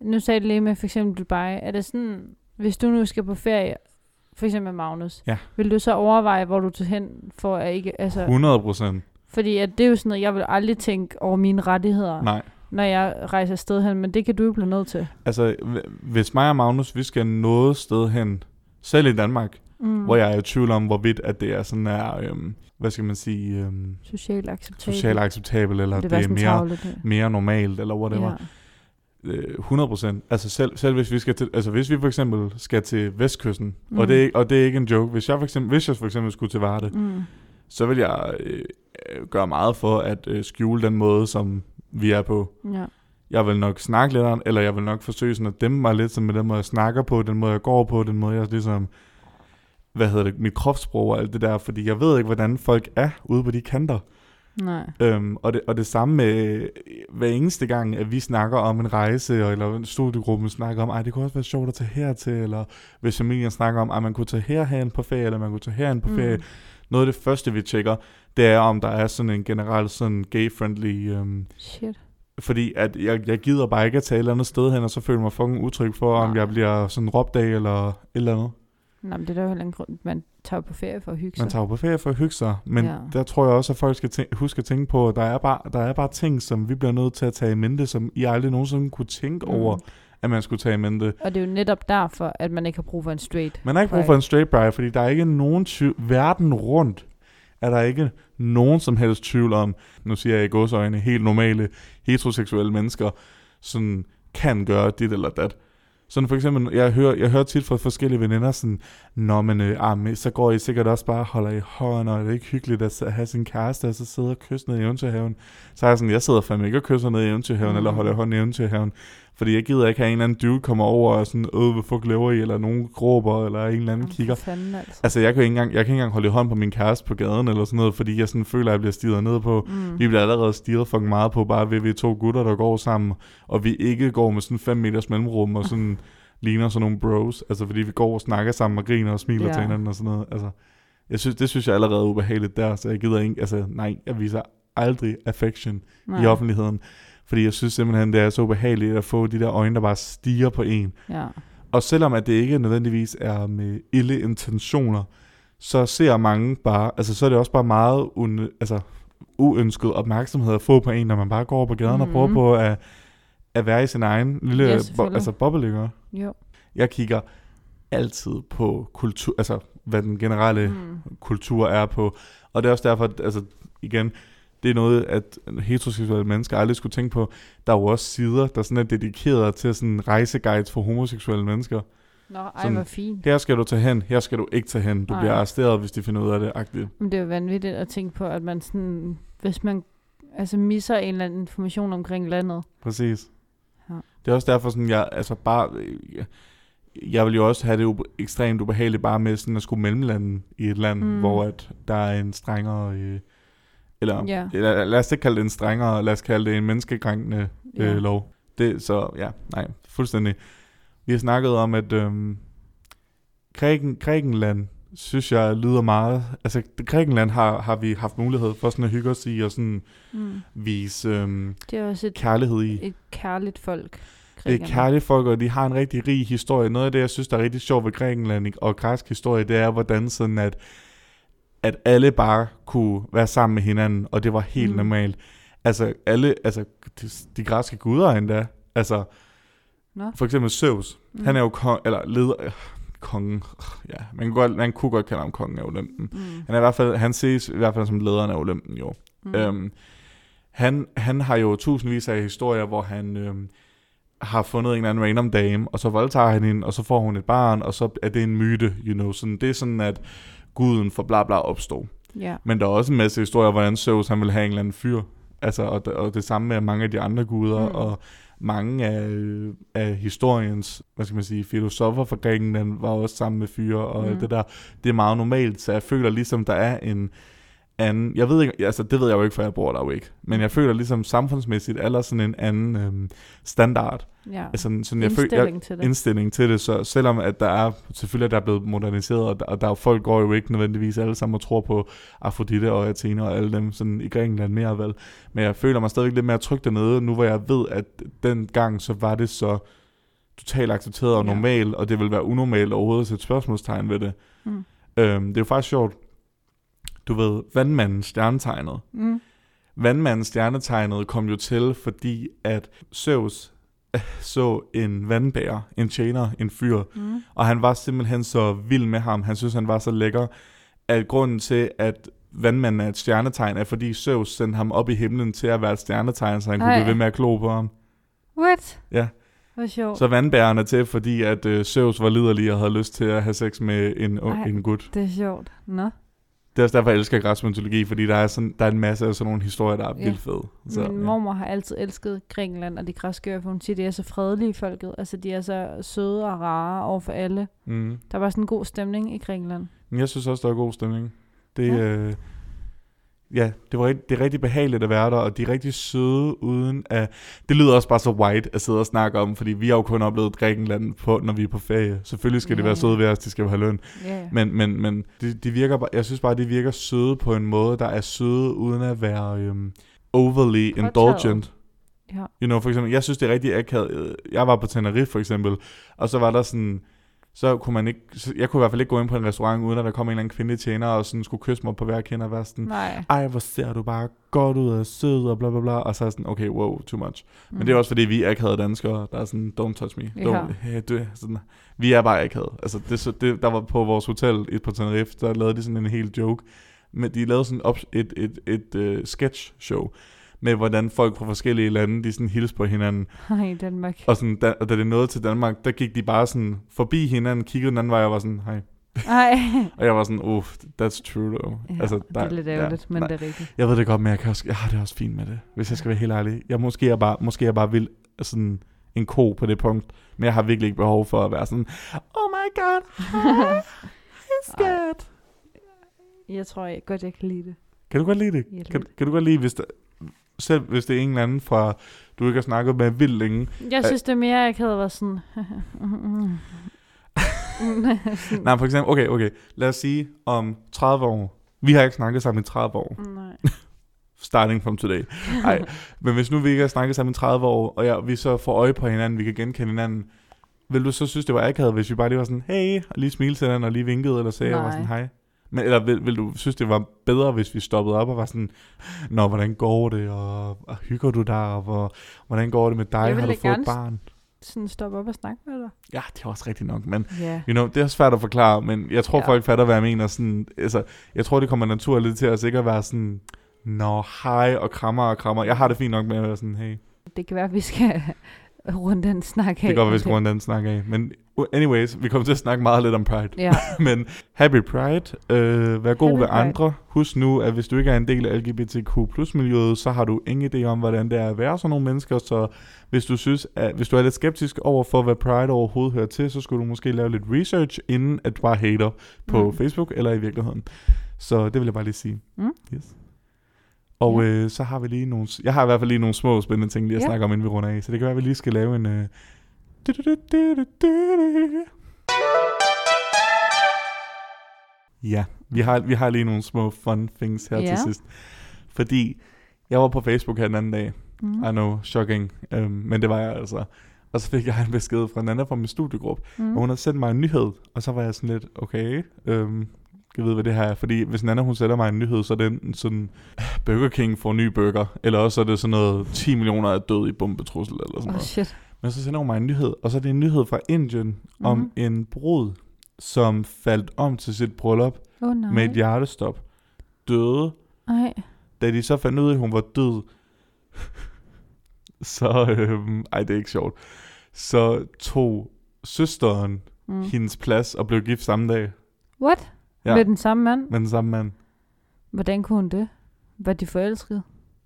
[SPEAKER 3] Nu sagde du lige med for eksempel Dubai. Er det sådan, hvis du nu skal på ferie, for eksempel med Magnus,
[SPEAKER 2] Ja.
[SPEAKER 3] vil du så overveje, hvor du tager hen for at ikke, altså,
[SPEAKER 2] 100 procent.
[SPEAKER 3] fordi at det er jo sådan noget, jeg vil aldrig tænke over mine rettigheder,
[SPEAKER 2] Nej.
[SPEAKER 3] når jeg rejser afsted hen, men det kan du jo blive nødt til.
[SPEAKER 2] Altså, hv- hvis mig og Magnus, vi skal noget sted hen, selv i Danmark,
[SPEAKER 3] Mm.
[SPEAKER 2] mm. hvor jeg er i tvivl om, hvorvidt at det er sådan her, øhm, hvad skal man sige, øhm,
[SPEAKER 3] Socialt acceptabelt.
[SPEAKER 2] socialt acceptabel, eller det, det
[SPEAKER 3] var
[SPEAKER 2] er
[SPEAKER 3] sådan
[SPEAKER 2] mere,
[SPEAKER 3] tavlet, det.
[SPEAKER 2] mere normalt, eller whatever.
[SPEAKER 3] Ja.
[SPEAKER 2] Ja. Øh, 100%. Altså selv, selv hvis vi skal til, altså hvis vi for eksempel skal til Vestkysten, mm.
[SPEAKER 3] Mm.
[SPEAKER 2] og, det er, ikke- og det er ikke en joke, hvis jeg for eksempel, hvis jeg for eksempel skulle til Varde, mm.
[SPEAKER 3] Mm.
[SPEAKER 2] så vil jeg øh, øh, gøre meget for at øh, skjule den måde, som vi er på.
[SPEAKER 3] Ja.
[SPEAKER 2] jeg vil nok snakke lidt om, eller jeg vil nok forsøge sådan at dæmpe mig lidt sådan med den måde, jeg snakker på, den måde, jeg går på, den måde, jeg ligesom, hvad hedder det, mit kropssprog og alt det der, fordi jeg ved ikke, hvordan folk er ude på de kanter.
[SPEAKER 3] Nej.
[SPEAKER 2] Øhm, og, det, og det samme med øh, hver eneste gang, at vi snakker om en rejse, og- eller studiegruppen snakker om, ej, det kunne også være sjovt at tage hertil, eller hvis familien snakker om, at man kunne tage herhen på ferie, eller man kunne tage herhen på
[SPEAKER 3] Mm.
[SPEAKER 2] ferie. Noget af det første, vi tjekker, det er, om der er sådan en generelt sådan gay-friendly... Øhm,
[SPEAKER 3] Shit.
[SPEAKER 2] fordi at jeg, jeg gider bare ikke at tage et eller andet sted hen, og så føler jeg mig fucking utryg for, om
[SPEAKER 3] Nej.
[SPEAKER 2] jeg bliver sådan råbt af, eller et eller andet.
[SPEAKER 3] Nå, men det er der jo heller ingen grund. Man tager jo på ferie for at hygge
[SPEAKER 2] Man
[SPEAKER 3] sig.
[SPEAKER 2] tager jo på ferie for at hygge sig, men ja.
[SPEAKER 3] Ja.
[SPEAKER 2] der tror jeg også, at folk skal tæ- huske at tænke på, at der er, bare, der er bare ting, som vi bliver nødt til at tage i mente, som I aldrig nogensinde kunne tænke mm. over, at man skulle tage i mente.
[SPEAKER 3] Og det er jo netop derfor, at man ikke har brug for en straight.
[SPEAKER 2] Man har ikke brug for en straight bride, fordi der er ikke nogen tvivl. Verden rundt er der ikke nogen som helst tvivl om, nu siger jeg i godsøjne, helt normale heteroseksuelle mennesker, sådan kan gøre dit eller dat. Sådan for eksempel, jeg hører, jeg hører tit fra forskellige veninder sådan, Nå, men øh, ah, men så går I sikkert også bare og holder i hånd, og er det ikke hyggeligt at s- at have sin kæreste, og så sidde og kysse ned i eventyrhaven. Så er jeg sådan, jeg sidder fandme ikke og kysser ned i eventyrhaven, mm.
[SPEAKER 3] Mm.
[SPEAKER 2] eller holder i hånd i eventyrhaven. Fordi jeg gider ikke have en eller anden dude kommer over og sådan, øh, hvad fuck laver I, eller nogen råber, eller en eller anden
[SPEAKER 3] Jamen, for
[SPEAKER 2] kigger.
[SPEAKER 3] Fanden, altså.
[SPEAKER 2] Altså, jeg kan, ikke engang, jeg kan ikke engang holde i hånd på min kæreste på gaden, eller sådan noget, fordi jeg sådan føler, at jeg bliver stiget ned på.
[SPEAKER 3] Mm.
[SPEAKER 2] Altså, Vi bliver allerede stirret fucking meget på, bare ved at vi er to gutter, der går sammen, og vi ikke går med sådan 5 meters mellemrum, og sådan ligner sådan nogle bros, altså fordi vi går og snakker sammen og griner og smiler ja.
[SPEAKER 3] Ja.
[SPEAKER 2] til hinanden og sådan noget. Altså, jeg synes, det synes jeg allerede er ubehageligt der, så jeg gider ikke, altså nej, jeg viser aldrig affection nej. i offentligheden, fordi jeg synes simpelthen, det er så ubehageligt at få de der øjne, der bare stiger på en.
[SPEAKER 3] Ja.
[SPEAKER 2] Og selvom at det ikke nødvendigvis er med ille intentioner, så ser mange bare, altså så er det også bare meget un, altså, uønsket opmærksomhed at få på en, når man bare går over på gaden mm. og
[SPEAKER 3] Mhm.
[SPEAKER 2] prøver på at, at være i sin egen lille
[SPEAKER 3] Ja,
[SPEAKER 2] bo,
[SPEAKER 3] selvfølgelig.
[SPEAKER 2] altså boble, ikke?
[SPEAKER 3] Jo.
[SPEAKER 2] Jeg kigger altid på kultur, altså hvad den generelle
[SPEAKER 3] Mm.
[SPEAKER 2] kultur er på. Og det er også derfor, at, altså igen, det er noget, at heteroseksuelle mennesker aldrig skulle tænke på. Der er jo også sider, der sådan er dedikeret til sådan rejseguides for homoseksuelle mennesker.
[SPEAKER 3] Nå, ej,
[SPEAKER 2] Sådan-
[SPEAKER 3] hvor fint.
[SPEAKER 2] Her skal du tage hen, her skal du ikke tage hen. Du Ej.
[SPEAKER 3] Nej.
[SPEAKER 2] bliver arresteret, hvis de finder ud af det. Agtigt.
[SPEAKER 3] Men det er jo vanvittigt at tænke på, at man sådan, hvis man altså misser en eller anden information omkring landet.
[SPEAKER 2] Præcis. Ja.
[SPEAKER 3] Ja.
[SPEAKER 2] Det er også derfor, sådan, jeg, altså bare, jeg, jeg vil jo også have det ube, ekstremt ubehageligt bare med sådan at skulle mellemlande i et land, mm.
[SPEAKER 3] Mm.
[SPEAKER 2] hvor at der er en strengere, øh, eller,
[SPEAKER 3] Ja.
[SPEAKER 2] eller lad os ikke kalde det en strengere, lad os kalde det en menneskekrænkende øh,
[SPEAKER 3] Ja.
[SPEAKER 2] lov. Det, så ja, nej, fuldstændig. Vi har snakket om, at øhm, Græken, Grækenland, synes jeg, lyder meget... Altså, Grækenland har, har vi haft mulighed for sådan at hygge os i og sådan
[SPEAKER 3] Mm.
[SPEAKER 2] vise øhm,
[SPEAKER 3] Det er også et,
[SPEAKER 2] kærlighed i.
[SPEAKER 3] et kærligt folk.
[SPEAKER 2] Det er
[SPEAKER 3] grækerne.
[SPEAKER 2] kærlige folk, og de har en rigtig rig historie. Noget af det, jeg synes, der er rigtig sjovt ved Grækenland ikke, og græsk historie, det er, hvordan sådan at, at alle bare kunne være sammen med hinanden, og det var helt mm.
[SPEAKER 3] Mm.
[SPEAKER 2] normalt. Altså, alle, altså de, de græske guder endda, altså
[SPEAKER 3] Nå.
[SPEAKER 2] for eksempel Zeus, mm. han er jo kong, eller leder, øh, kongen, øh, ja, man, kan godt, man kunne godt kalde ham kongen af Olympen.
[SPEAKER 3] Mm.
[SPEAKER 2] Han, er i hvert fald, han ses i hvert fald som lederen af Olympen, jo.
[SPEAKER 3] Mm.
[SPEAKER 2] Øhm, han, han har jo tusindvis af historier, hvor han øhm, har fundet en eller anden random dame, og så voldtager han hende, og så får hun et barn, og så er det en myte, you know. Sådan, det er sådan, at guden for bla bla opstod.
[SPEAKER 3] Ja.
[SPEAKER 2] Men der er også en masse historier, hvordan Zeus han vil have en eller anden fyr. Altså, og, og det samme med mange af de andre guder, mm.
[SPEAKER 3] Mm.
[SPEAKER 2] og mange af, øh, af historiens, hvad skal man sige, filosofer fra Grækenland var også sammen med fyre, og mm.
[SPEAKER 3] Mm.
[SPEAKER 2] det der, det er meget normalt, så jeg føler ligesom, der er en anden, jeg ved ikke, altså det ved jeg jo ikke, for jeg bor der jo ikke, men jeg føler ligesom samfundsmæssigt, eller sådan en anden øhm, standard,
[SPEAKER 3] ja.
[SPEAKER 2] altså sådan, sådan jeg føler, jeg,
[SPEAKER 3] Indstilling til det.
[SPEAKER 2] indstilling til det, så selvom at der er, selvfølgelig er der blevet moderniseret, og der, og der er, folk går jo ikke nødvendigvis alle sammen og tror på Afrodite og Athena og alle dem sådan i Grækenland mere vel, men jeg føler mig stadigvæk lidt mere tryg dernede, nu hvor jeg ved, at dengang så var det så totalt accepteret og
[SPEAKER 3] Ja.
[SPEAKER 2] normalt, og det vil være unormalt overhovedet at sætte spørgsmålstegn ved det.
[SPEAKER 3] Mm.
[SPEAKER 2] Øhm, det er jo faktisk sjovt, du ved, vandmanden, stjernetegnet,
[SPEAKER 3] Mm.
[SPEAKER 2] Vandmanden stjernetegnet kom jo til, fordi at Zeus øh, så en vandbærer, en tjener, en fyr,
[SPEAKER 3] Mm.
[SPEAKER 2] og han var simpelthen så vild med ham. Han synes, han var så lækker, at grunden til, at vandmanden er et stjernetegn, er fordi Zeus sendte ham op i himlen til at være et stjernetegn, så han kunne
[SPEAKER 3] Ej.
[SPEAKER 2] blive ved med at klo på ham.
[SPEAKER 3] What?
[SPEAKER 2] Ja.
[SPEAKER 3] Hvor sjovt.
[SPEAKER 2] Så vandbæreren er til, fordi at øh, Zeus var liderlig og havde lyst til at have sex med en,
[SPEAKER 3] Ej.
[SPEAKER 2] en gut.
[SPEAKER 3] Det er sjovt. Nå.
[SPEAKER 2] Det er også derfor, jeg elsker græsk mytologi, fordi der er, sådan, der er en masse af sådan nogle historier, der er
[SPEAKER 3] Ja.
[SPEAKER 2] ja. vildt fede.
[SPEAKER 3] Så, Min
[SPEAKER 2] ja.
[SPEAKER 3] mormor har altid elsket Grækenland og de græske øer, for hun siger, at de er så fredelige i folket. Altså, de er så søde og rare over for alle.
[SPEAKER 2] Mm.
[SPEAKER 3] Der var sådan en god stemning i Grækenland.
[SPEAKER 2] Men jeg synes også, der er god stemning. Det,
[SPEAKER 3] Ja.
[SPEAKER 2] ja. Øh, ja, det, var, rigt- det er rigtig behageligt at være der, og de er rigtig søde uden at... Det lyder også bare så white at sidde og snakke om, fordi vi har jo kun oplevet Grækenland, på, når vi er på ferie. Selvfølgelig skal ja. det
[SPEAKER 3] Ja,
[SPEAKER 2] være
[SPEAKER 3] ja.
[SPEAKER 2] søde ved os, de skal jo have løn.
[SPEAKER 3] Ja, ja.
[SPEAKER 2] Men, men, men det, de virker, bare- jeg synes bare, det virker søde på en måde, der er søde uden at være øhm, overly
[SPEAKER 3] Påtaget.
[SPEAKER 2] indulgent.
[SPEAKER 3] Ja.
[SPEAKER 2] You know, for eksempel, jeg synes, det er rigtig akavet. Øh, Jeg var på Tenerife for eksempel, og så var der sådan, så kunne man ikke, så jeg kunne i hvert fald ikke gå ind på en restaurant, uden at der kom en eller anden kvindelig tjener, og sådan skulle kysse mig på hver kind og være sådan,
[SPEAKER 3] Nej.
[SPEAKER 2] ej, hvor ser du bare godt ud og sød og bla bla bla, og så er jeg sådan, okay, wow, too much. Men det er også fordi, vi er akavede danskere, der er sådan, don't touch me.
[SPEAKER 3] Mm. Ja.
[SPEAKER 2] Don't, hey, du, sådan, vi er bare akavede. Altså, det, så- det, der var på vores hotel et på Tenerife, der lavede de sådan en hel joke. Men de lavede sådan op, et, et, et, et uh, sketch show med, hvordan folk fra forskellige lande, de sådan hilste på hinanden.
[SPEAKER 3] Nej, Danmark.
[SPEAKER 2] Og sådan, da, og da det nåede til Danmark, der gik de bare sådan forbi hinanden, kiggede den anden vej, og jeg var sådan, hej.
[SPEAKER 3] Nej.
[SPEAKER 2] Og jeg var sådan, uff, that's true though.
[SPEAKER 3] Ja, altså, der, det er lidt ærgerligt, ja, men
[SPEAKER 2] nej.
[SPEAKER 3] det er rigtigt.
[SPEAKER 2] Jeg ved det godt, men jeg, kan også, jeg har det også fint med det, hvis jeg skal være helt ærlig. Jeg måske er bare, måske er bare vild, sådan en ko på det punkt, men jeg har virkelig ikke behov for at være sådan, oh my god, hi, it's
[SPEAKER 3] Ej.
[SPEAKER 2] good.
[SPEAKER 3] Jeg tror jeg godt, jeg kan lide det.
[SPEAKER 2] Kan du godt lide det?
[SPEAKER 3] Ja, lidt.
[SPEAKER 2] Kan, kan du godt lide, hvis der, selv hvis det er en eller anden fra, du ikke har snakket med vildt længe.
[SPEAKER 3] Jeg
[SPEAKER 2] Ej.
[SPEAKER 3] synes, det er mere, jeg havde været sådan... sådan
[SPEAKER 2] Nej, for eksempel, okay, okay, lad os sige om 30 år. Vi har ikke snakket sammen i 30 år.
[SPEAKER 3] Nej.
[SPEAKER 2] starting from today. Ej, men hvis nu vi ikke har snakket sammen i 30 år, og jeg, vi så får øje på hinanden, vi kan genkende hinanden, vil du så synes, det var akavet, hvis vi bare lige var sådan, hey, og lige smilte til hinanden, og lige vinkede, eller sagde, og var
[SPEAKER 3] Nej.
[SPEAKER 2] sådan, hej? Men, eller vil, vil, du synes, det var bedre, hvis vi stoppede op og var sådan, Nå, hvordan går det, og, og hygger du dig, og hvor, hvordan går det med dig,
[SPEAKER 3] Jeg
[SPEAKER 2] har
[SPEAKER 3] ville
[SPEAKER 2] du fået
[SPEAKER 3] gerne
[SPEAKER 2] et barn?
[SPEAKER 3] Sådan stoppe op og snakke med dig.
[SPEAKER 2] Ja, det er også rigtigt nok, men
[SPEAKER 3] Ja.
[SPEAKER 2] You know, det er også svært at forklare, men jeg tror,
[SPEAKER 3] Ja.
[SPEAKER 2] ja. folk fatter, hvad jeg mener. Sådan, altså, jeg tror, det kommer naturligt til os ikke at være sådan, Nå, hej, og krammer og krammer. Jeg har det fint nok med at være sådan, hey.
[SPEAKER 3] Det kan være, at vi skal runde den snak af.
[SPEAKER 2] Det kan godt være, vi skal
[SPEAKER 3] om
[SPEAKER 2] runde den snak af. Men uh, anyways, vi kommer til at snakke meget lidt om Pride.
[SPEAKER 3] Ja,
[SPEAKER 2] men happy Pride. Øh, vær god
[SPEAKER 3] Happy
[SPEAKER 2] ved
[SPEAKER 3] Pride.
[SPEAKER 2] andre. Husk nu, at hvis du ikke er en del af LGBTQ miljøet, så har du ingen idé om, hvordan det er at være sådan nogle mennesker. Så hvis du, synes, at, hvis du er lidt skeptisk over for, hvad Pride overhovedet hører til, så skulle du måske lave lidt research, inden at du bare hater på
[SPEAKER 3] Mm.
[SPEAKER 2] mm. Facebook eller i virkeligheden. Så det vil jeg bare lige sige.
[SPEAKER 3] Mm.
[SPEAKER 2] Yes. Og ja. øh, så har vi lige nogle... Jeg har i hvert fald lige nogle små spændende ting, lige at
[SPEAKER 3] Ja.
[SPEAKER 2] ja. snakke om, inden vi runder af. Så det kan være, at vi lige skal lave en... Øh... Ja, vi har, vi har lige nogle små fun things her
[SPEAKER 3] Ja.
[SPEAKER 2] til sidst. Fordi jeg var på Facebook her den anden dag.
[SPEAKER 3] Mm.
[SPEAKER 2] I know, shocking. Øhm, men det var jeg altså. Og så fik jeg en besked fra Nana fra min studiegruppe,
[SPEAKER 3] Mm.
[SPEAKER 2] og hun havde sendt mig en nyhed, og så var jeg sådan lidt, okay, øhm, jeg ved, hvad det her er. Fordi hvis Nana, hun sender mig en nyhed, så er det enten sådan, Burger King får en ny burger, eller også er det sådan noget, 10 millioner er død i bombetrussel, eller sådan
[SPEAKER 3] Oh,
[SPEAKER 2] noget.
[SPEAKER 3] shit.
[SPEAKER 2] Men så sender hun mig en nyhed, og så er det en nyhed fra Indien om
[SPEAKER 3] Mhm.
[SPEAKER 2] en brud, som faldt om til sit bryllup
[SPEAKER 3] Åh, oh, nej.
[SPEAKER 2] med et hjertestop, døde
[SPEAKER 3] Nej.
[SPEAKER 2] da de så fandt ud af, at hun var død, så, øhm, ej det er ikke sjovt, så tog søsteren
[SPEAKER 3] Mm.
[SPEAKER 2] mm. hendes plads og blev gift samme dag
[SPEAKER 3] What? Ja.
[SPEAKER 2] Ja.
[SPEAKER 3] Med den samme mand?
[SPEAKER 2] med den samme mand.
[SPEAKER 3] Hvordan kunne hun det? Var de forelskede?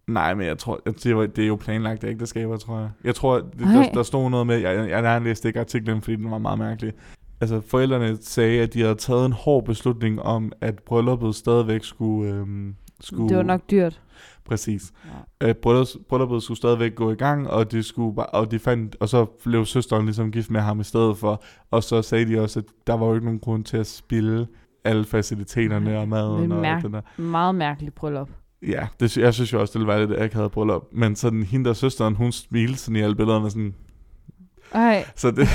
[SPEAKER 2] Nej, men jeg tror, jeg- det, var, det er jo planlagt ægteskaber, tror jeg. Jeg tror, det,
[SPEAKER 3] Ej.
[SPEAKER 2] der, der stod noget med, jeg, jeg, jeg, jeg læste ikke artiklen, fordi den var meget mærkelig. Altså, forældrene sagde, at de havde taget en hård beslutning om, at brylluppet stadigvæk skulle... Øhm, skulle
[SPEAKER 3] Det var nok dyrt.
[SPEAKER 2] Præcis. Ja. Øh, bryllups- brylluppet skulle stadigvæk gå i gang, og de, skulle, bare- og de fandt, og så blev søsteren ligesom gift med ham i stedet for. Og så sagde de også, at der var jo ikke nogen grund til at spille alle faciliteterne og maden
[SPEAKER 3] Men
[SPEAKER 2] og
[SPEAKER 3] mærk-
[SPEAKER 2] alt det der.
[SPEAKER 3] Meget mærkeligt bryllup.
[SPEAKER 2] Ja, det, sy- jeg synes jo også, det ville være lidt akavet bryllup. Men sådan hende der søsteren, hun smilte sådan i alle billederne. Sådan.
[SPEAKER 3] Ej,
[SPEAKER 2] Så det,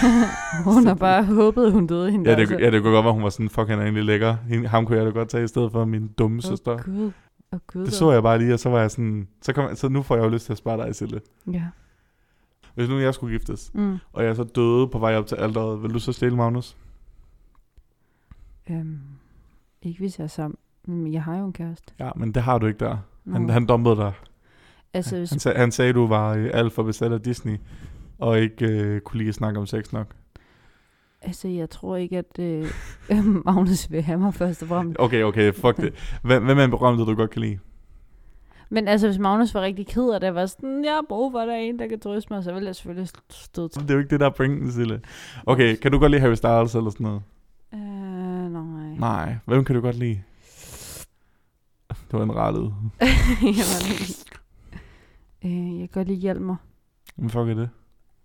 [SPEAKER 3] hun har bare håbet, hun døde hende.
[SPEAKER 2] ja, det, ja, det kunne godt være, hun var sådan, fuck, han er egentlig lækker. Hende, ham kunne jeg da godt tage i stedet for min dumme
[SPEAKER 3] Åh,
[SPEAKER 2] søster.
[SPEAKER 3] Gud. Åh, Gud.
[SPEAKER 2] Det så jeg bare lige, og så var jeg sådan, så, kom, så nu får jeg jo lyst til at spørge dig, Sille.
[SPEAKER 3] Ja.
[SPEAKER 2] Hvis nu jeg skulle giftes,
[SPEAKER 3] Mm.
[SPEAKER 2] og jeg så døde på vej op til alderet, vil du så stille, Magnus?
[SPEAKER 3] Øhm, ikke hvis jeg er sammen. Men jeg har jo en kæreste.
[SPEAKER 2] Ja, men det har du ikke der. Han,
[SPEAKER 3] Nå.
[SPEAKER 2] han dumpede dig.
[SPEAKER 3] altså, hvis,
[SPEAKER 2] Han, sag, han sagde, du var øh, alt for besat af Disney, og ikke øh, kunne lide at snakke om sex nok.
[SPEAKER 3] Altså, jeg tror ikke, at øh, Magnus vil have mig først og fremmest.
[SPEAKER 2] Okay, okay, fuck det. Hvem, hvem er en berømthed, du godt kan lide?
[SPEAKER 3] Men altså, hvis Magnus var rigtig ked af det, og var sådan, jeg har brug for, at der er en, der kan trøste mig, så ville jeg selvfølgelig stå til.
[SPEAKER 2] Det er jo ikke det, der er pointen, Sille. Okay, kan du godt lide Harry Styles eller sådan noget?
[SPEAKER 3] Øh, nej.
[SPEAKER 2] Nej. Hvem kan du godt lide? Det var en rar lyd.
[SPEAKER 3] jeg, var lidt... øh, jeg kan godt lide Hjalmar.
[SPEAKER 2] Men fuck er det?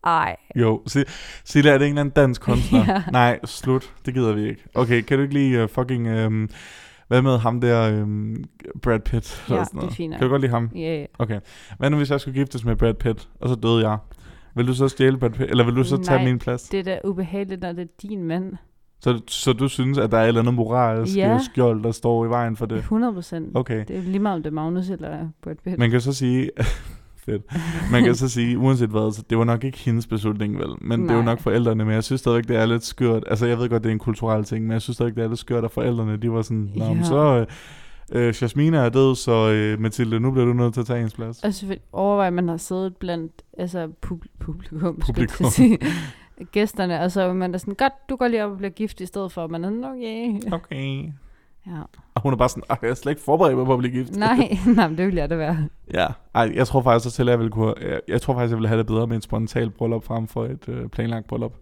[SPEAKER 3] Ej.
[SPEAKER 2] Jo, Si- Sille, er det en eller anden dansk kunstner?
[SPEAKER 3] Ja.
[SPEAKER 2] Nej, slut. Det gider vi ikke. Okay, kan du ikke lide uh, fucking... Um, hvad med ham der, um, Brad Pitt?
[SPEAKER 3] Ja,
[SPEAKER 2] eller sådan
[SPEAKER 3] det er
[SPEAKER 2] noget?
[SPEAKER 3] fint. nok.
[SPEAKER 2] Kan du godt lide ham?
[SPEAKER 3] Ja, ja.
[SPEAKER 2] Okay. Hvad nu, hvis jeg skulle giftes med Brad Pitt, og så døde jeg? Vil du så stjæle Brad Pitt, eller vil du så tage
[SPEAKER 3] Nej.
[SPEAKER 2] min plads?
[SPEAKER 3] Det er da ubehageligt, når det er din mand.
[SPEAKER 2] Så, så du synes, at der er et eller andet moralsk
[SPEAKER 3] Ja.
[SPEAKER 2] ja. skjold, der står i vejen for det?
[SPEAKER 3] 100 procent.
[SPEAKER 2] Okay.
[SPEAKER 3] Det er lige meget, om det er Magnus eller Brad Pitt.
[SPEAKER 2] Man kan så sige... fedt. Man kan så sige, uanset hvad, så det var nok ikke hendes beslutning, vel? Men Nej. det er jo
[SPEAKER 3] Nej.
[SPEAKER 2] nok forældrene, men jeg synes stadigvæk, det er lidt skørt. Altså, jeg ved godt, det er en kulturel ting, men jeg synes stadigvæk, det er lidt skørt, at forældrene, de var sådan, Nå,
[SPEAKER 3] Ja.
[SPEAKER 2] ja. så... Øh, øh, Jasmina er død, så øh, Mathilde, nu bliver du nødt til at tage ens plads.
[SPEAKER 3] Og selvfølgelig overvej, at man har siddet blandt altså, pub- publikum, skulle jeg til
[SPEAKER 2] Publikum.
[SPEAKER 3] at sige, gæsterne, og så er man er sådan, godt, du går lige op og bliver gift i stedet for, og man er sådan, okay.
[SPEAKER 2] Okay.
[SPEAKER 3] Ja.
[SPEAKER 2] Og hun er bare sådan, "Ej, jeg er slet ikke forberedt mig på at blive gift.
[SPEAKER 3] Nej, nej, men det ville jeg da være.
[SPEAKER 2] Ja, Ej, jeg tror faktisk, at selv jeg ville kunne, jeg, jeg tror faktisk, jeg ville have det bedre med en spontan bryllup frem for et øh, planlagt bryllup.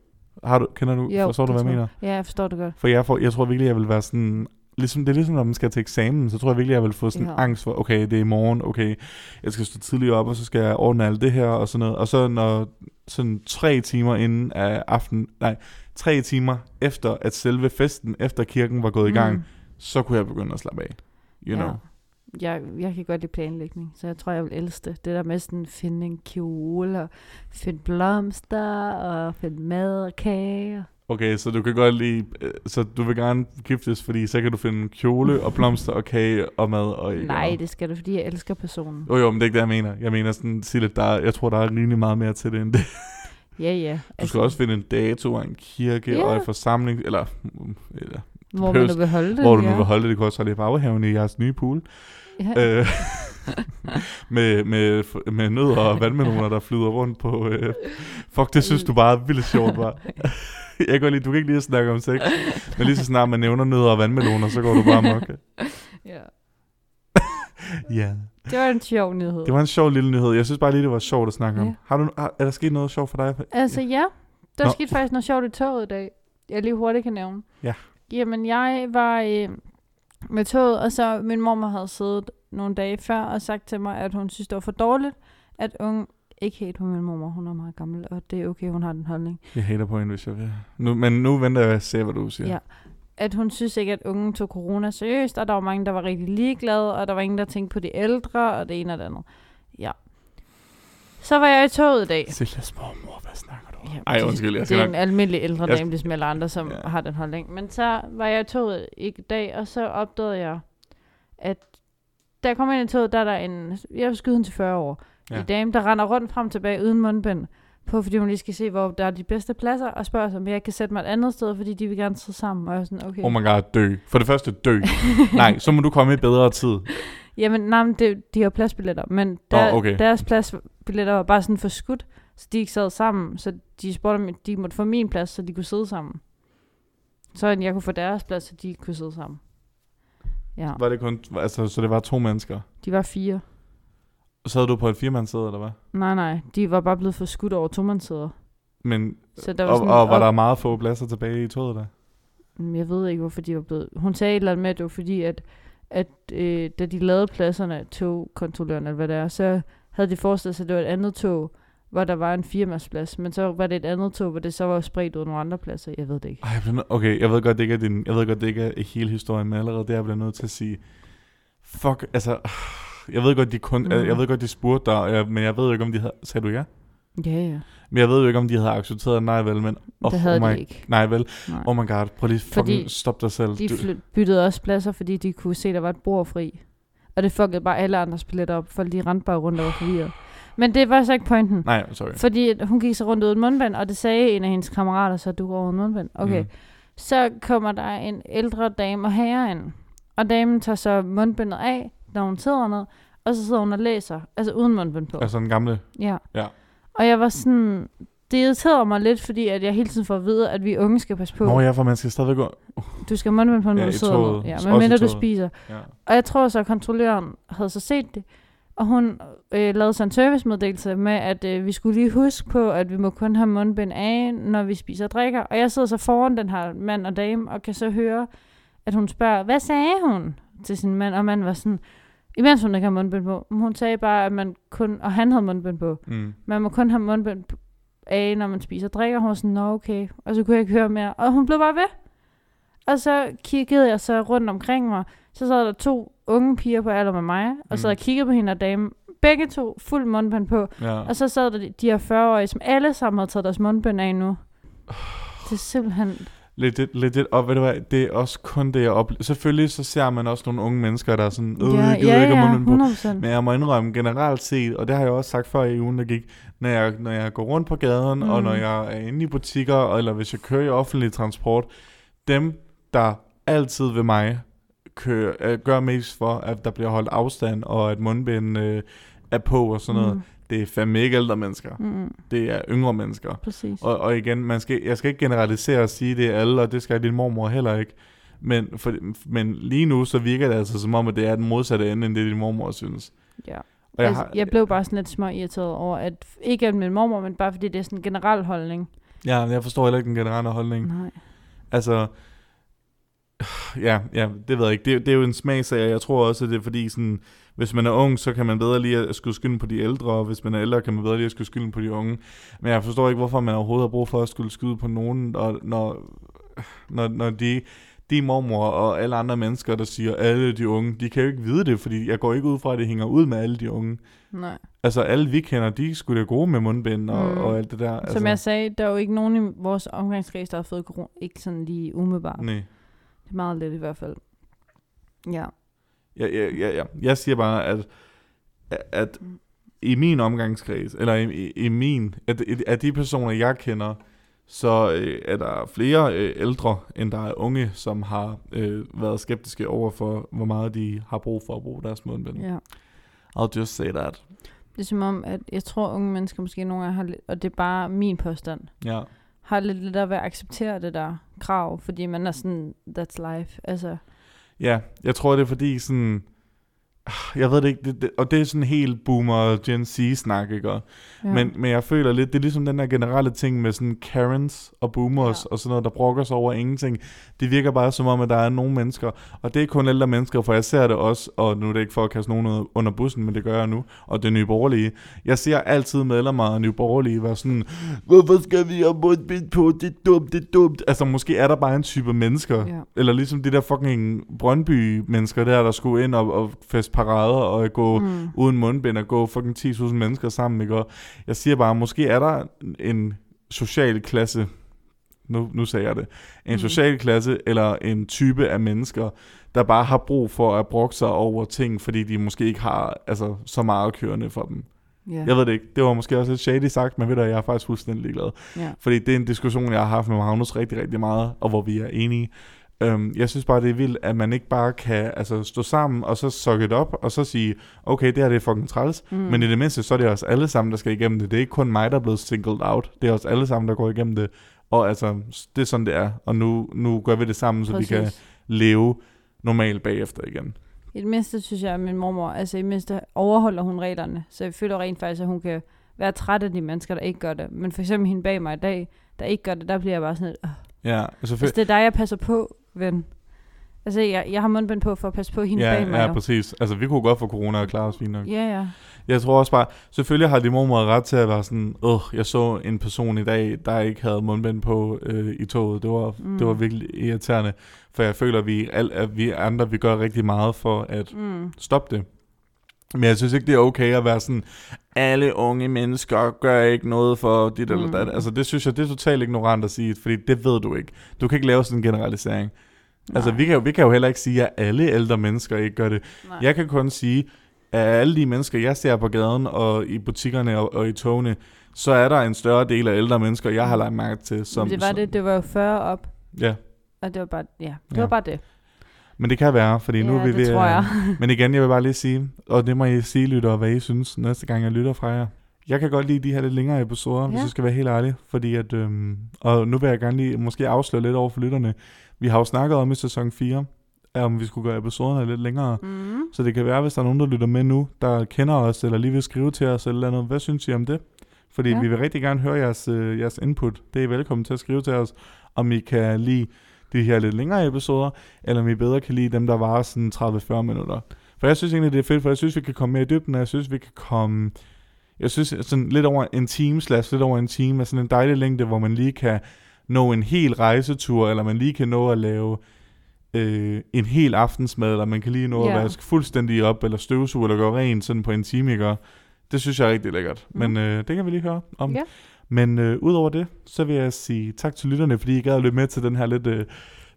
[SPEAKER 2] Har du, kender du,
[SPEAKER 3] Jo,
[SPEAKER 2] forstår du,
[SPEAKER 3] det
[SPEAKER 2] hvad jeg
[SPEAKER 3] tror
[SPEAKER 2] mener?
[SPEAKER 3] Ja, jeg forstår det godt.
[SPEAKER 2] For jeg, får, jeg tror virkelig, jeg vil være sådan... Ligesom, det er ligesom, når man skal til eksamen, så tror jeg virkelig, jeg vil få sådan
[SPEAKER 3] Ja.
[SPEAKER 2] ja. angst for, okay, det er i morgen, okay, jeg skal stå tidligt op, og så skal jeg ordne alt det her, og sådan noget. Og så når sådan tre timer inden af aften, nej, tre timer efter, at selve festen efter kirken var gået i gang,
[SPEAKER 3] Mm.
[SPEAKER 2] mm. så kunne jeg begynde at slappe af. You
[SPEAKER 3] Ja.
[SPEAKER 2] know?
[SPEAKER 3] Jeg, jeg kan godt lide planlægning, så jeg tror, jeg vil elske det. Det der med sådan finde en kjole, og finde blomster, og finde mad og kage.
[SPEAKER 2] Okay, så du kan godt lide, øh, så du vil gerne giftes, fordi så kan du finde kjole og blomster og kage og mad og æg.
[SPEAKER 3] Nej,
[SPEAKER 2] og-
[SPEAKER 3] det skal du, fordi jeg elsker personen.
[SPEAKER 2] Øh, Jo jo, men det er ikke det, jeg mener. Jeg mener sådan, Sille, der, er- jeg tror, der er rimelig meget mere til det end det.
[SPEAKER 3] Ja, ja. Altså,
[SPEAKER 2] Du skal også finde en dato og en kirke
[SPEAKER 3] Ja.
[SPEAKER 2] og en forsamling, eller, mm, eller
[SPEAKER 3] hvor man nu
[SPEAKER 2] behøves-
[SPEAKER 3] vil holde det.
[SPEAKER 2] hvor du nu
[SPEAKER 3] ja.
[SPEAKER 2] vil holde det. Det kunne også holde i baghaven i jeres nye pool.
[SPEAKER 3] Ja.
[SPEAKER 2] Øh, med, med, med nødder og vandmeloner, der flyder rundt på... Øh. Fuck, det synes du bare er vildt sjovt, var. Jeg kan godt lide, du kan ikke lige snakke om sex, men lige så snart man nævner nødder og vandmeloner, så går du bare mok.
[SPEAKER 3] ja.
[SPEAKER 2] Ja.
[SPEAKER 3] Det var en sjov nyhed.
[SPEAKER 2] Det var en sjov lille nyhed. Jeg synes bare lige, det var sjovt at snakke om.
[SPEAKER 3] Ja.
[SPEAKER 2] Har du, har, er der sket noget sjovt for dig?
[SPEAKER 3] Altså ja, der Nå.
[SPEAKER 2] Nå.
[SPEAKER 3] skete faktisk noget sjovt i toget i dag, jeg lige hurtigt kan nævne.
[SPEAKER 2] Ja.
[SPEAKER 3] Jamen, jeg var øh, med toget, og så min mormor havde siddet nogle dage før og sagt til mig, at hun synes, det var for dårligt, at unge ikke helt på min mormor, hun er meget gammel, og det er okay, hun har den holdning.
[SPEAKER 2] Jeg hater på hende, hvis jeg vil. Nu, men nu venter jeg og ser, hvad du siger.
[SPEAKER 3] Ja. At hun synes ikke, at unge tog corona seriøst, og der var mange, der var rigtig ligeglade, og der var ingen, der tænkte på de ældre, og det ene og det andet. Ja. Så var jeg i toget i dag.
[SPEAKER 2] Siljas mormor, hvad snakker du om?
[SPEAKER 3] Jamen,
[SPEAKER 2] Ej,
[SPEAKER 3] det-
[SPEAKER 2] undskyld, jeg
[SPEAKER 3] Det
[SPEAKER 2] skal
[SPEAKER 3] er
[SPEAKER 2] nok
[SPEAKER 3] en almindelig ældre
[SPEAKER 2] Jeg-
[SPEAKER 3] dame, ligesom alle andre, som
[SPEAKER 2] Ja.
[SPEAKER 3] har den holdning. Men så var jeg i toget i dag, og så opdagede jeg, at da jeg kom ind i toget, der er der en, jeg skyder hende til 40 år, ja.
[SPEAKER 2] Ja.
[SPEAKER 3] en dame, der render rundt frem og tilbage uden mundbind, på fordi hun lige skal se, hvor der er de bedste pladser, og spørger sig, om jeg kan sætte mig et andet sted, fordi de vil gerne sidde sammen. Og jeg er sådan, okay.
[SPEAKER 2] Oh my god, dø. For det første, dø. Nej, så må du komme i bedre tid.
[SPEAKER 3] Jamen, nej, men det, de har pladsbilletter, men der,
[SPEAKER 2] okay.
[SPEAKER 3] deres pladsbilletter var bare sådan forskudt, så de ikke sad sammen, så de spurgte, om de måtte få min plads, så de kunne sidde sammen. Så at jeg kunne få deres plads, så de kunne sidde sammen. Ja,
[SPEAKER 2] Var det kun, altså, så det var to mennesker.
[SPEAKER 3] de var fire.
[SPEAKER 2] Så havde du på et firmandssæde, eller hvad?
[SPEAKER 3] Nej, nej, de var bare blevet forskudt over tomandsæder.
[SPEAKER 2] Men,
[SPEAKER 3] Så der var
[SPEAKER 2] og,
[SPEAKER 3] sådan,
[SPEAKER 2] og, var
[SPEAKER 3] op-
[SPEAKER 2] der meget få pladser tilbage i toget der?
[SPEAKER 3] Mm, Jeg ved ikke, hvorfor de var blevet... Hun sagde et eller andet med, at det var fordi, at, at øh, da de lavede pladserne, togkontrolløren eller hvad det er, så havde de forestillet sig, at det var et andet tog, hvor der var en firmasplads, men så var det et andet tog, hvor det så var spredt ud nogle andre pladser. Jeg ved det ikke.
[SPEAKER 2] Ej, jeg bliver nød- okay, jeg ved godt, det ikke er, din, jeg ved godt, det ikke er hele historien, men allerede der jeg bliver nødt til at sige, fuck, altså, ah, jeg ved godt, de kun,
[SPEAKER 3] Mhm.
[SPEAKER 2] jeg ved godt, de spurgte dig, og jeg- men jeg ved jo ikke, om de havde, sagde du ja?
[SPEAKER 3] Ja, ja.
[SPEAKER 2] Men jeg ved jo ikke, om de havde accepteret nej, vel, men,
[SPEAKER 3] Oh,
[SPEAKER 2] oh,
[SPEAKER 3] det havde
[SPEAKER 2] oh my,
[SPEAKER 3] de ikke.
[SPEAKER 2] Nej, vel,
[SPEAKER 3] Nej.
[SPEAKER 2] oh my god, prøv lige fucking
[SPEAKER 3] Fordi
[SPEAKER 2] stop dig selv.
[SPEAKER 3] De
[SPEAKER 2] Du-
[SPEAKER 3] fly- byttede også pladser, fordi de kunne se, at der var et bord fri. Og det fuckede bare alle andres billetter op. Folk de rendte bare rundt og var forvirret. Men det var så ikke pointen.
[SPEAKER 2] nej, sorry.
[SPEAKER 3] Fordi at hun gik så rundt uden mundbind, og det sagde en af hendes kammerater, så du går over mundbind. Okay. Mm.
[SPEAKER 2] Mm.
[SPEAKER 3] Så kommer der en ældre dame og herre ind. Og damen tager så mundbindet af, når hun sidder ned, og så sidder hun og læser, altså uden mundbind på.
[SPEAKER 2] Altså en gamle,
[SPEAKER 3] Ja.
[SPEAKER 2] Ja.
[SPEAKER 3] Og jeg var sådan, Det irriterer mig lidt, fordi at jeg hele tiden får at vide, at vi unge skal passe på.
[SPEAKER 2] Nå ja, for man skal stadigvæk gå...
[SPEAKER 3] Du skal måtte på en
[SPEAKER 2] Ja,
[SPEAKER 3] måde
[SPEAKER 2] i
[SPEAKER 3] sidde ned.
[SPEAKER 2] toget.
[SPEAKER 3] Ja,
[SPEAKER 2] Også i
[SPEAKER 3] men mindre du
[SPEAKER 2] toget.
[SPEAKER 3] spiser.
[SPEAKER 2] Ja.
[SPEAKER 3] Og jeg tror så, at kontrolløren havde så set det, og hun øh, lavede så en servicemeddelelse med, at øh, vi skulle lige huske på, at vi må kun have mundbind af, når vi spiser og drikker. Og jeg sidder så foran den her mand og dame, og kan så høre, at hun spørger, hvad sagde hun til sin mand? Og manden var sådan, imens hun ikke har mundbind på. Men Hun sagde bare, at man kun, og han havde mundbind på,
[SPEAKER 2] Mm.
[SPEAKER 3] man må kun have mundbind p- af, når man spiser og drikker. Hun var sådan, nå okay. Og så kunne jeg ikke høre mere. Og hun blev bare ved. Og så kiggede jeg så rundt omkring mig. Så sad der to unge piger på alder med mig, og
[SPEAKER 2] Mm.
[SPEAKER 3] sad og kiggede på hende og dame. Begge to fuld mundbind på.
[SPEAKER 2] Ja.
[SPEAKER 3] Og så sad der de, de her 40-årige, som alle sammen havde taget deres mundbind af nu. Det er simpelthen...
[SPEAKER 2] Legit, legit. Og ved du hvad, det er også kun det, jeg oplever. Selvfølgelig så ser man også nogle unge mennesker, der er sådan, øh,
[SPEAKER 3] ja,
[SPEAKER 2] jeg gider
[SPEAKER 3] ja,
[SPEAKER 2] ikke at
[SPEAKER 3] ja,
[SPEAKER 2] mundbind på.
[SPEAKER 3] 100%.
[SPEAKER 2] Men jeg må indrømme generelt set, og det har jeg også sagt før i ugen, der gik, når jeg, når jeg går rundt på gaden, mm. og
[SPEAKER 3] Mm.
[SPEAKER 2] når jeg er inde i butikker, eller hvis jeg kører i offentlig transport, dem, der altid ved mig kører, øh, gør mest for, at der bliver holdt afstand, og at mundbind øh, er på og sådan noget, mm. det er fandme ikke ældre mennesker.
[SPEAKER 3] Mm, mm,
[SPEAKER 2] Det er yngre mennesker.
[SPEAKER 3] præcis.
[SPEAKER 2] Og, og igen, man skal, jeg skal ikke generalisere og sige, det er alle, og det skal din mormor heller ikke. Men, for, men lige nu, så virker det altså som om, at det er den modsatte ende, end det din mormor synes.
[SPEAKER 3] Ja.
[SPEAKER 2] Og
[SPEAKER 3] jeg, altså, jeg blev bare sådan lidt små irriteret over, at ikke af min mormor, men bare fordi det er sådan en generel holdning.
[SPEAKER 2] Ja, men jeg forstår heller ikke den generelle holdning. Mm.
[SPEAKER 3] Nej.
[SPEAKER 2] Altså, ja, ja, det ved jeg ikke. Det, det er jo en smagsag, og jeg tror også, at det er fordi, sådan, hvis man er ung, så kan man bedre lige at skyde skylden på de ældre, og hvis man er ældre, kan man bedre lige at skyde skylden på de unge. Men jeg forstår ikke, hvorfor man overhovedet har brug for at skulle skyde på nogen, og når, når, når de, de mormor og alle andre mennesker, der siger, alle de unge, de kan jo ikke vide det, fordi jeg går ikke ud fra, at det hænger ud med alle de unge.
[SPEAKER 3] Nej.
[SPEAKER 2] Altså, alle vi kender, de skulle da gode med mundbind og, mm.
[SPEAKER 3] Mm.
[SPEAKER 2] og alt det der.
[SPEAKER 3] Som
[SPEAKER 2] altså,
[SPEAKER 3] jeg sagde, der er jo ikke nogen i vores omgangskreds, der har fået corona. Ikke sådan lige umiddelbart.
[SPEAKER 2] Nej.
[SPEAKER 3] Det er meget lidt i hvert fald. Ja.
[SPEAKER 2] Ja, ja, ja, ja. Jeg siger bare, at, at i min omgangskreds, eller i, i, i min, at, at de personer, jeg kender, så øh, er der flere øh, ældre, end der er unge, som har øh, været skeptiske over for, hvor meget de har brug for at bruge deres mundbind. Yeah.
[SPEAKER 3] ja.
[SPEAKER 2] I'll just say that.
[SPEAKER 3] Det er som om, at jeg tror, unge mennesker måske nogle gange har lidt, og det er bare min påstand,
[SPEAKER 2] Ja.
[SPEAKER 3] har lidt lidt at være acceptere det der krav, fordi man er sådan, that's life. Altså,
[SPEAKER 2] ja, jeg tror, det er fordi sådan... Jeg ved det ikke, det, det, og det er sådan helt boomer Gen Z-snak, ikke? Og-
[SPEAKER 3] ja.
[SPEAKER 2] Men, men jeg føler lidt, det er ligesom den der generelle ting med sådan Karens og boomers ja.
[SPEAKER 3] Ja.
[SPEAKER 2] og sådan noget, der brokker sig over ingenting. Det virker bare som om, at der er nogle mennesker, og det er ikke kun ældre mennesker, for jeg ser det også, og nu er det ikke for at kaste nogen under bussen, men det gør jeg nu, og det er nye borgerlige. Jeg ser altid medlemmer af nye borgerlige være sådan, hvorfor skal vi have mundbind på, det er dumt, det er dumt. Altså måske er der bare en type mennesker,
[SPEAKER 3] Ja.
[SPEAKER 2] eller ligesom de der fucking Brøndby-mennesker der, der skulle ind og, og feste parader og gå
[SPEAKER 3] Mm.
[SPEAKER 2] uden mundbind og gå fucking 10.000 mennesker sammen, ikke? Og jeg siger bare, måske er der en social klasse, nu, nu sagde jeg det, en mm.
[SPEAKER 3] Mm.
[SPEAKER 2] social klasse eller en type af mennesker, der bare har brug for at brokke sig over ting, fordi de måske ikke har altså, så meget kørende for dem.
[SPEAKER 3] Ja.
[SPEAKER 2] Jeg ved det ikke, det var måske også lidt shady sagt, men ved du, jeg er faktisk fuldstændig ligeglad.
[SPEAKER 3] ja.
[SPEAKER 2] Fordi det er en diskussion, jeg har haft med Magnus rigtig, rigtig meget, og hvor vi er enige. Øhm, jeg synes bare, det er vildt, at man ikke bare kan altså, stå sammen, og så suck it op, og så sige, okay, det her det er fucking træls, mm. men i det mindste, så er det os alle sammen, der skal igennem det. Det er ikke kun mig, der er blevet singled out. Det er os alle sammen, der går igennem det. Og altså, det er sådan, det er. Og nu, nu gør vi det sammen, så Præcis. vi kan leve normalt bagefter igen.
[SPEAKER 3] I det mindste synes jeg, at min mormor, altså i det mindste overholder hun reglerne, så jeg føler rent faktisk, at hun kan være træt af de mennesker, der ikke gør det. Men for eksempel hende bag mig i dag, der ikke gør det, der bliver jeg bare sådan lidt, "Åh,
[SPEAKER 2] Ja, selvfølgelig.
[SPEAKER 3] altså det er dig, jeg passer på, ven. Altså jeg, jeg har mundbind på for at passe på hende
[SPEAKER 2] Ja,
[SPEAKER 3] bag mig.
[SPEAKER 2] ja,
[SPEAKER 3] jo.
[SPEAKER 2] præcis. Altså, vi kunne godt få corona og klare os fint nok.
[SPEAKER 3] ja, ja.
[SPEAKER 2] Jeg tror også bare, selvfølgelig har de mormor ret til at være sådan, åh, jeg så en person i dag, der ikke havde mundbind på øh, i toget. Det var, mm.
[SPEAKER 3] Mm.
[SPEAKER 2] det var virkelig irriterende, for jeg føler, at vi, al, at vi andre vi gør rigtig meget for at
[SPEAKER 3] Mm.
[SPEAKER 2] stoppe det. Men jeg synes ikke, det er okay at være sådan, alle unge mennesker gør ikke noget for dit eller
[SPEAKER 3] Mm.
[SPEAKER 2] dat. Altså det synes jeg, det er totalt ignorant at sige, fordi det ved du ikke. Du kan ikke lave sådan en generalisering. Altså vi kan, jo, vi kan jo heller ikke sige, at alle ældre mennesker ikke gør det.
[SPEAKER 3] Nej.
[SPEAKER 2] Jeg kan kun sige, at af alle de mennesker, jeg ser på gaden og i butikkerne og, og i togene, så er der en større del af ældre mennesker, jeg har lagt mærke til. Som,
[SPEAKER 3] Mm. Men det var
[SPEAKER 2] som,
[SPEAKER 3] det, det var jo 40 op,
[SPEAKER 2] Ja,
[SPEAKER 3] og det var bare, ja, det
[SPEAKER 2] Ja.
[SPEAKER 3] var bare det.
[SPEAKER 2] men det kan være, fordi nu
[SPEAKER 3] ja,
[SPEAKER 2] er vi
[SPEAKER 3] det
[SPEAKER 2] ved at-
[SPEAKER 3] tror jeg.
[SPEAKER 2] Men igen, jeg vil bare lige sige, og det må I sige, lytter, hvad I synes næste gang, jeg lytter fra jer. Jeg kan godt lide de her lidt længere episoder, ja. hvis
[SPEAKER 3] Ja.
[SPEAKER 2] jeg skal være helt ærlig. Fordi at, øhm, og nu vil jeg gerne lige måske afsløre lidt over for lytterne. Vi har jo snakket om i sæson 4, at om vi skulle gøre episoderne lidt længere.
[SPEAKER 3] Mm.
[SPEAKER 2] Så det kan være, hvis der er nogen, der lytter med nu, der kender os, eller lige vil skrive til os eller noget. Hvad synes I om det? Fordi ja.
[SPEAKER 3] Ja.
[SPEAKER 2] vi vil rigtig gerne høre jeres, øh, jeres input. Det er I velkommen til at skrive til os, om I kan lide de her lidt længere episoder, eller om I bedre kan lide dem, der varer sådan 30-40 minutter. For jeg synes egentlig, det er fedt, for jeg synes, vi kan komme mere i dybden, og jeg synes, vi kan komme... Jeg synes, sådan lidt over en time slash lidt over en time er sådan en dejlig længde, hvor man lige kan nå en hel rejsetur, eller man lige kan nå at lave øh, en hel aftensmad, eller man kan lige nå yeah.
[SPEAKER 3] Ja.
[SPEAKER 2] at vaske fuldstændig op, eller støvsuge, eller gøre rent sådan på en time, ikke? Og Det synes jeg er rigtig lækkert.
[SPEAKER 3] Mm.
[SPEAKER 2] Men øh, det kan vi lige høre om.
[SPEAKER 3] Ja.
[SPEAKER 2] Men øh, udover det, så vil jeg sige tak til lytterne, fordi I gad at løbe med til den her lidt, øh,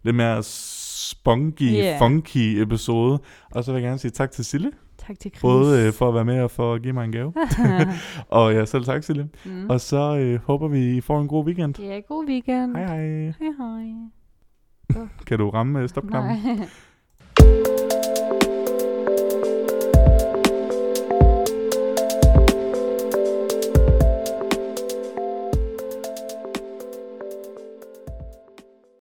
[SPEAKER 2] lidt mere spunky,
[SPEAKER 3] Ja.
[SPEAKER 2] yeah. funky episode. Og så vil jeg gerne sige tak til Sille,
[SPEAKER 3] Tak til Chris.
[SPEAKER 2] både øh, for at være med og for at give mig en gave. og ja, selv tak Sille.
[SPEAKER 3] mm.
[SPEAKER 2] Og så øh, håber vi, I får en god weekend.
[SPEAKER 3] Ja, god weekend.
[SPEAKER 2] Hej hej.
[SPEAKER 3] Hej hej.
[SPEAKER 2] Kan du ramme øh, stopknappen?
[SPEAKER 3] Nej.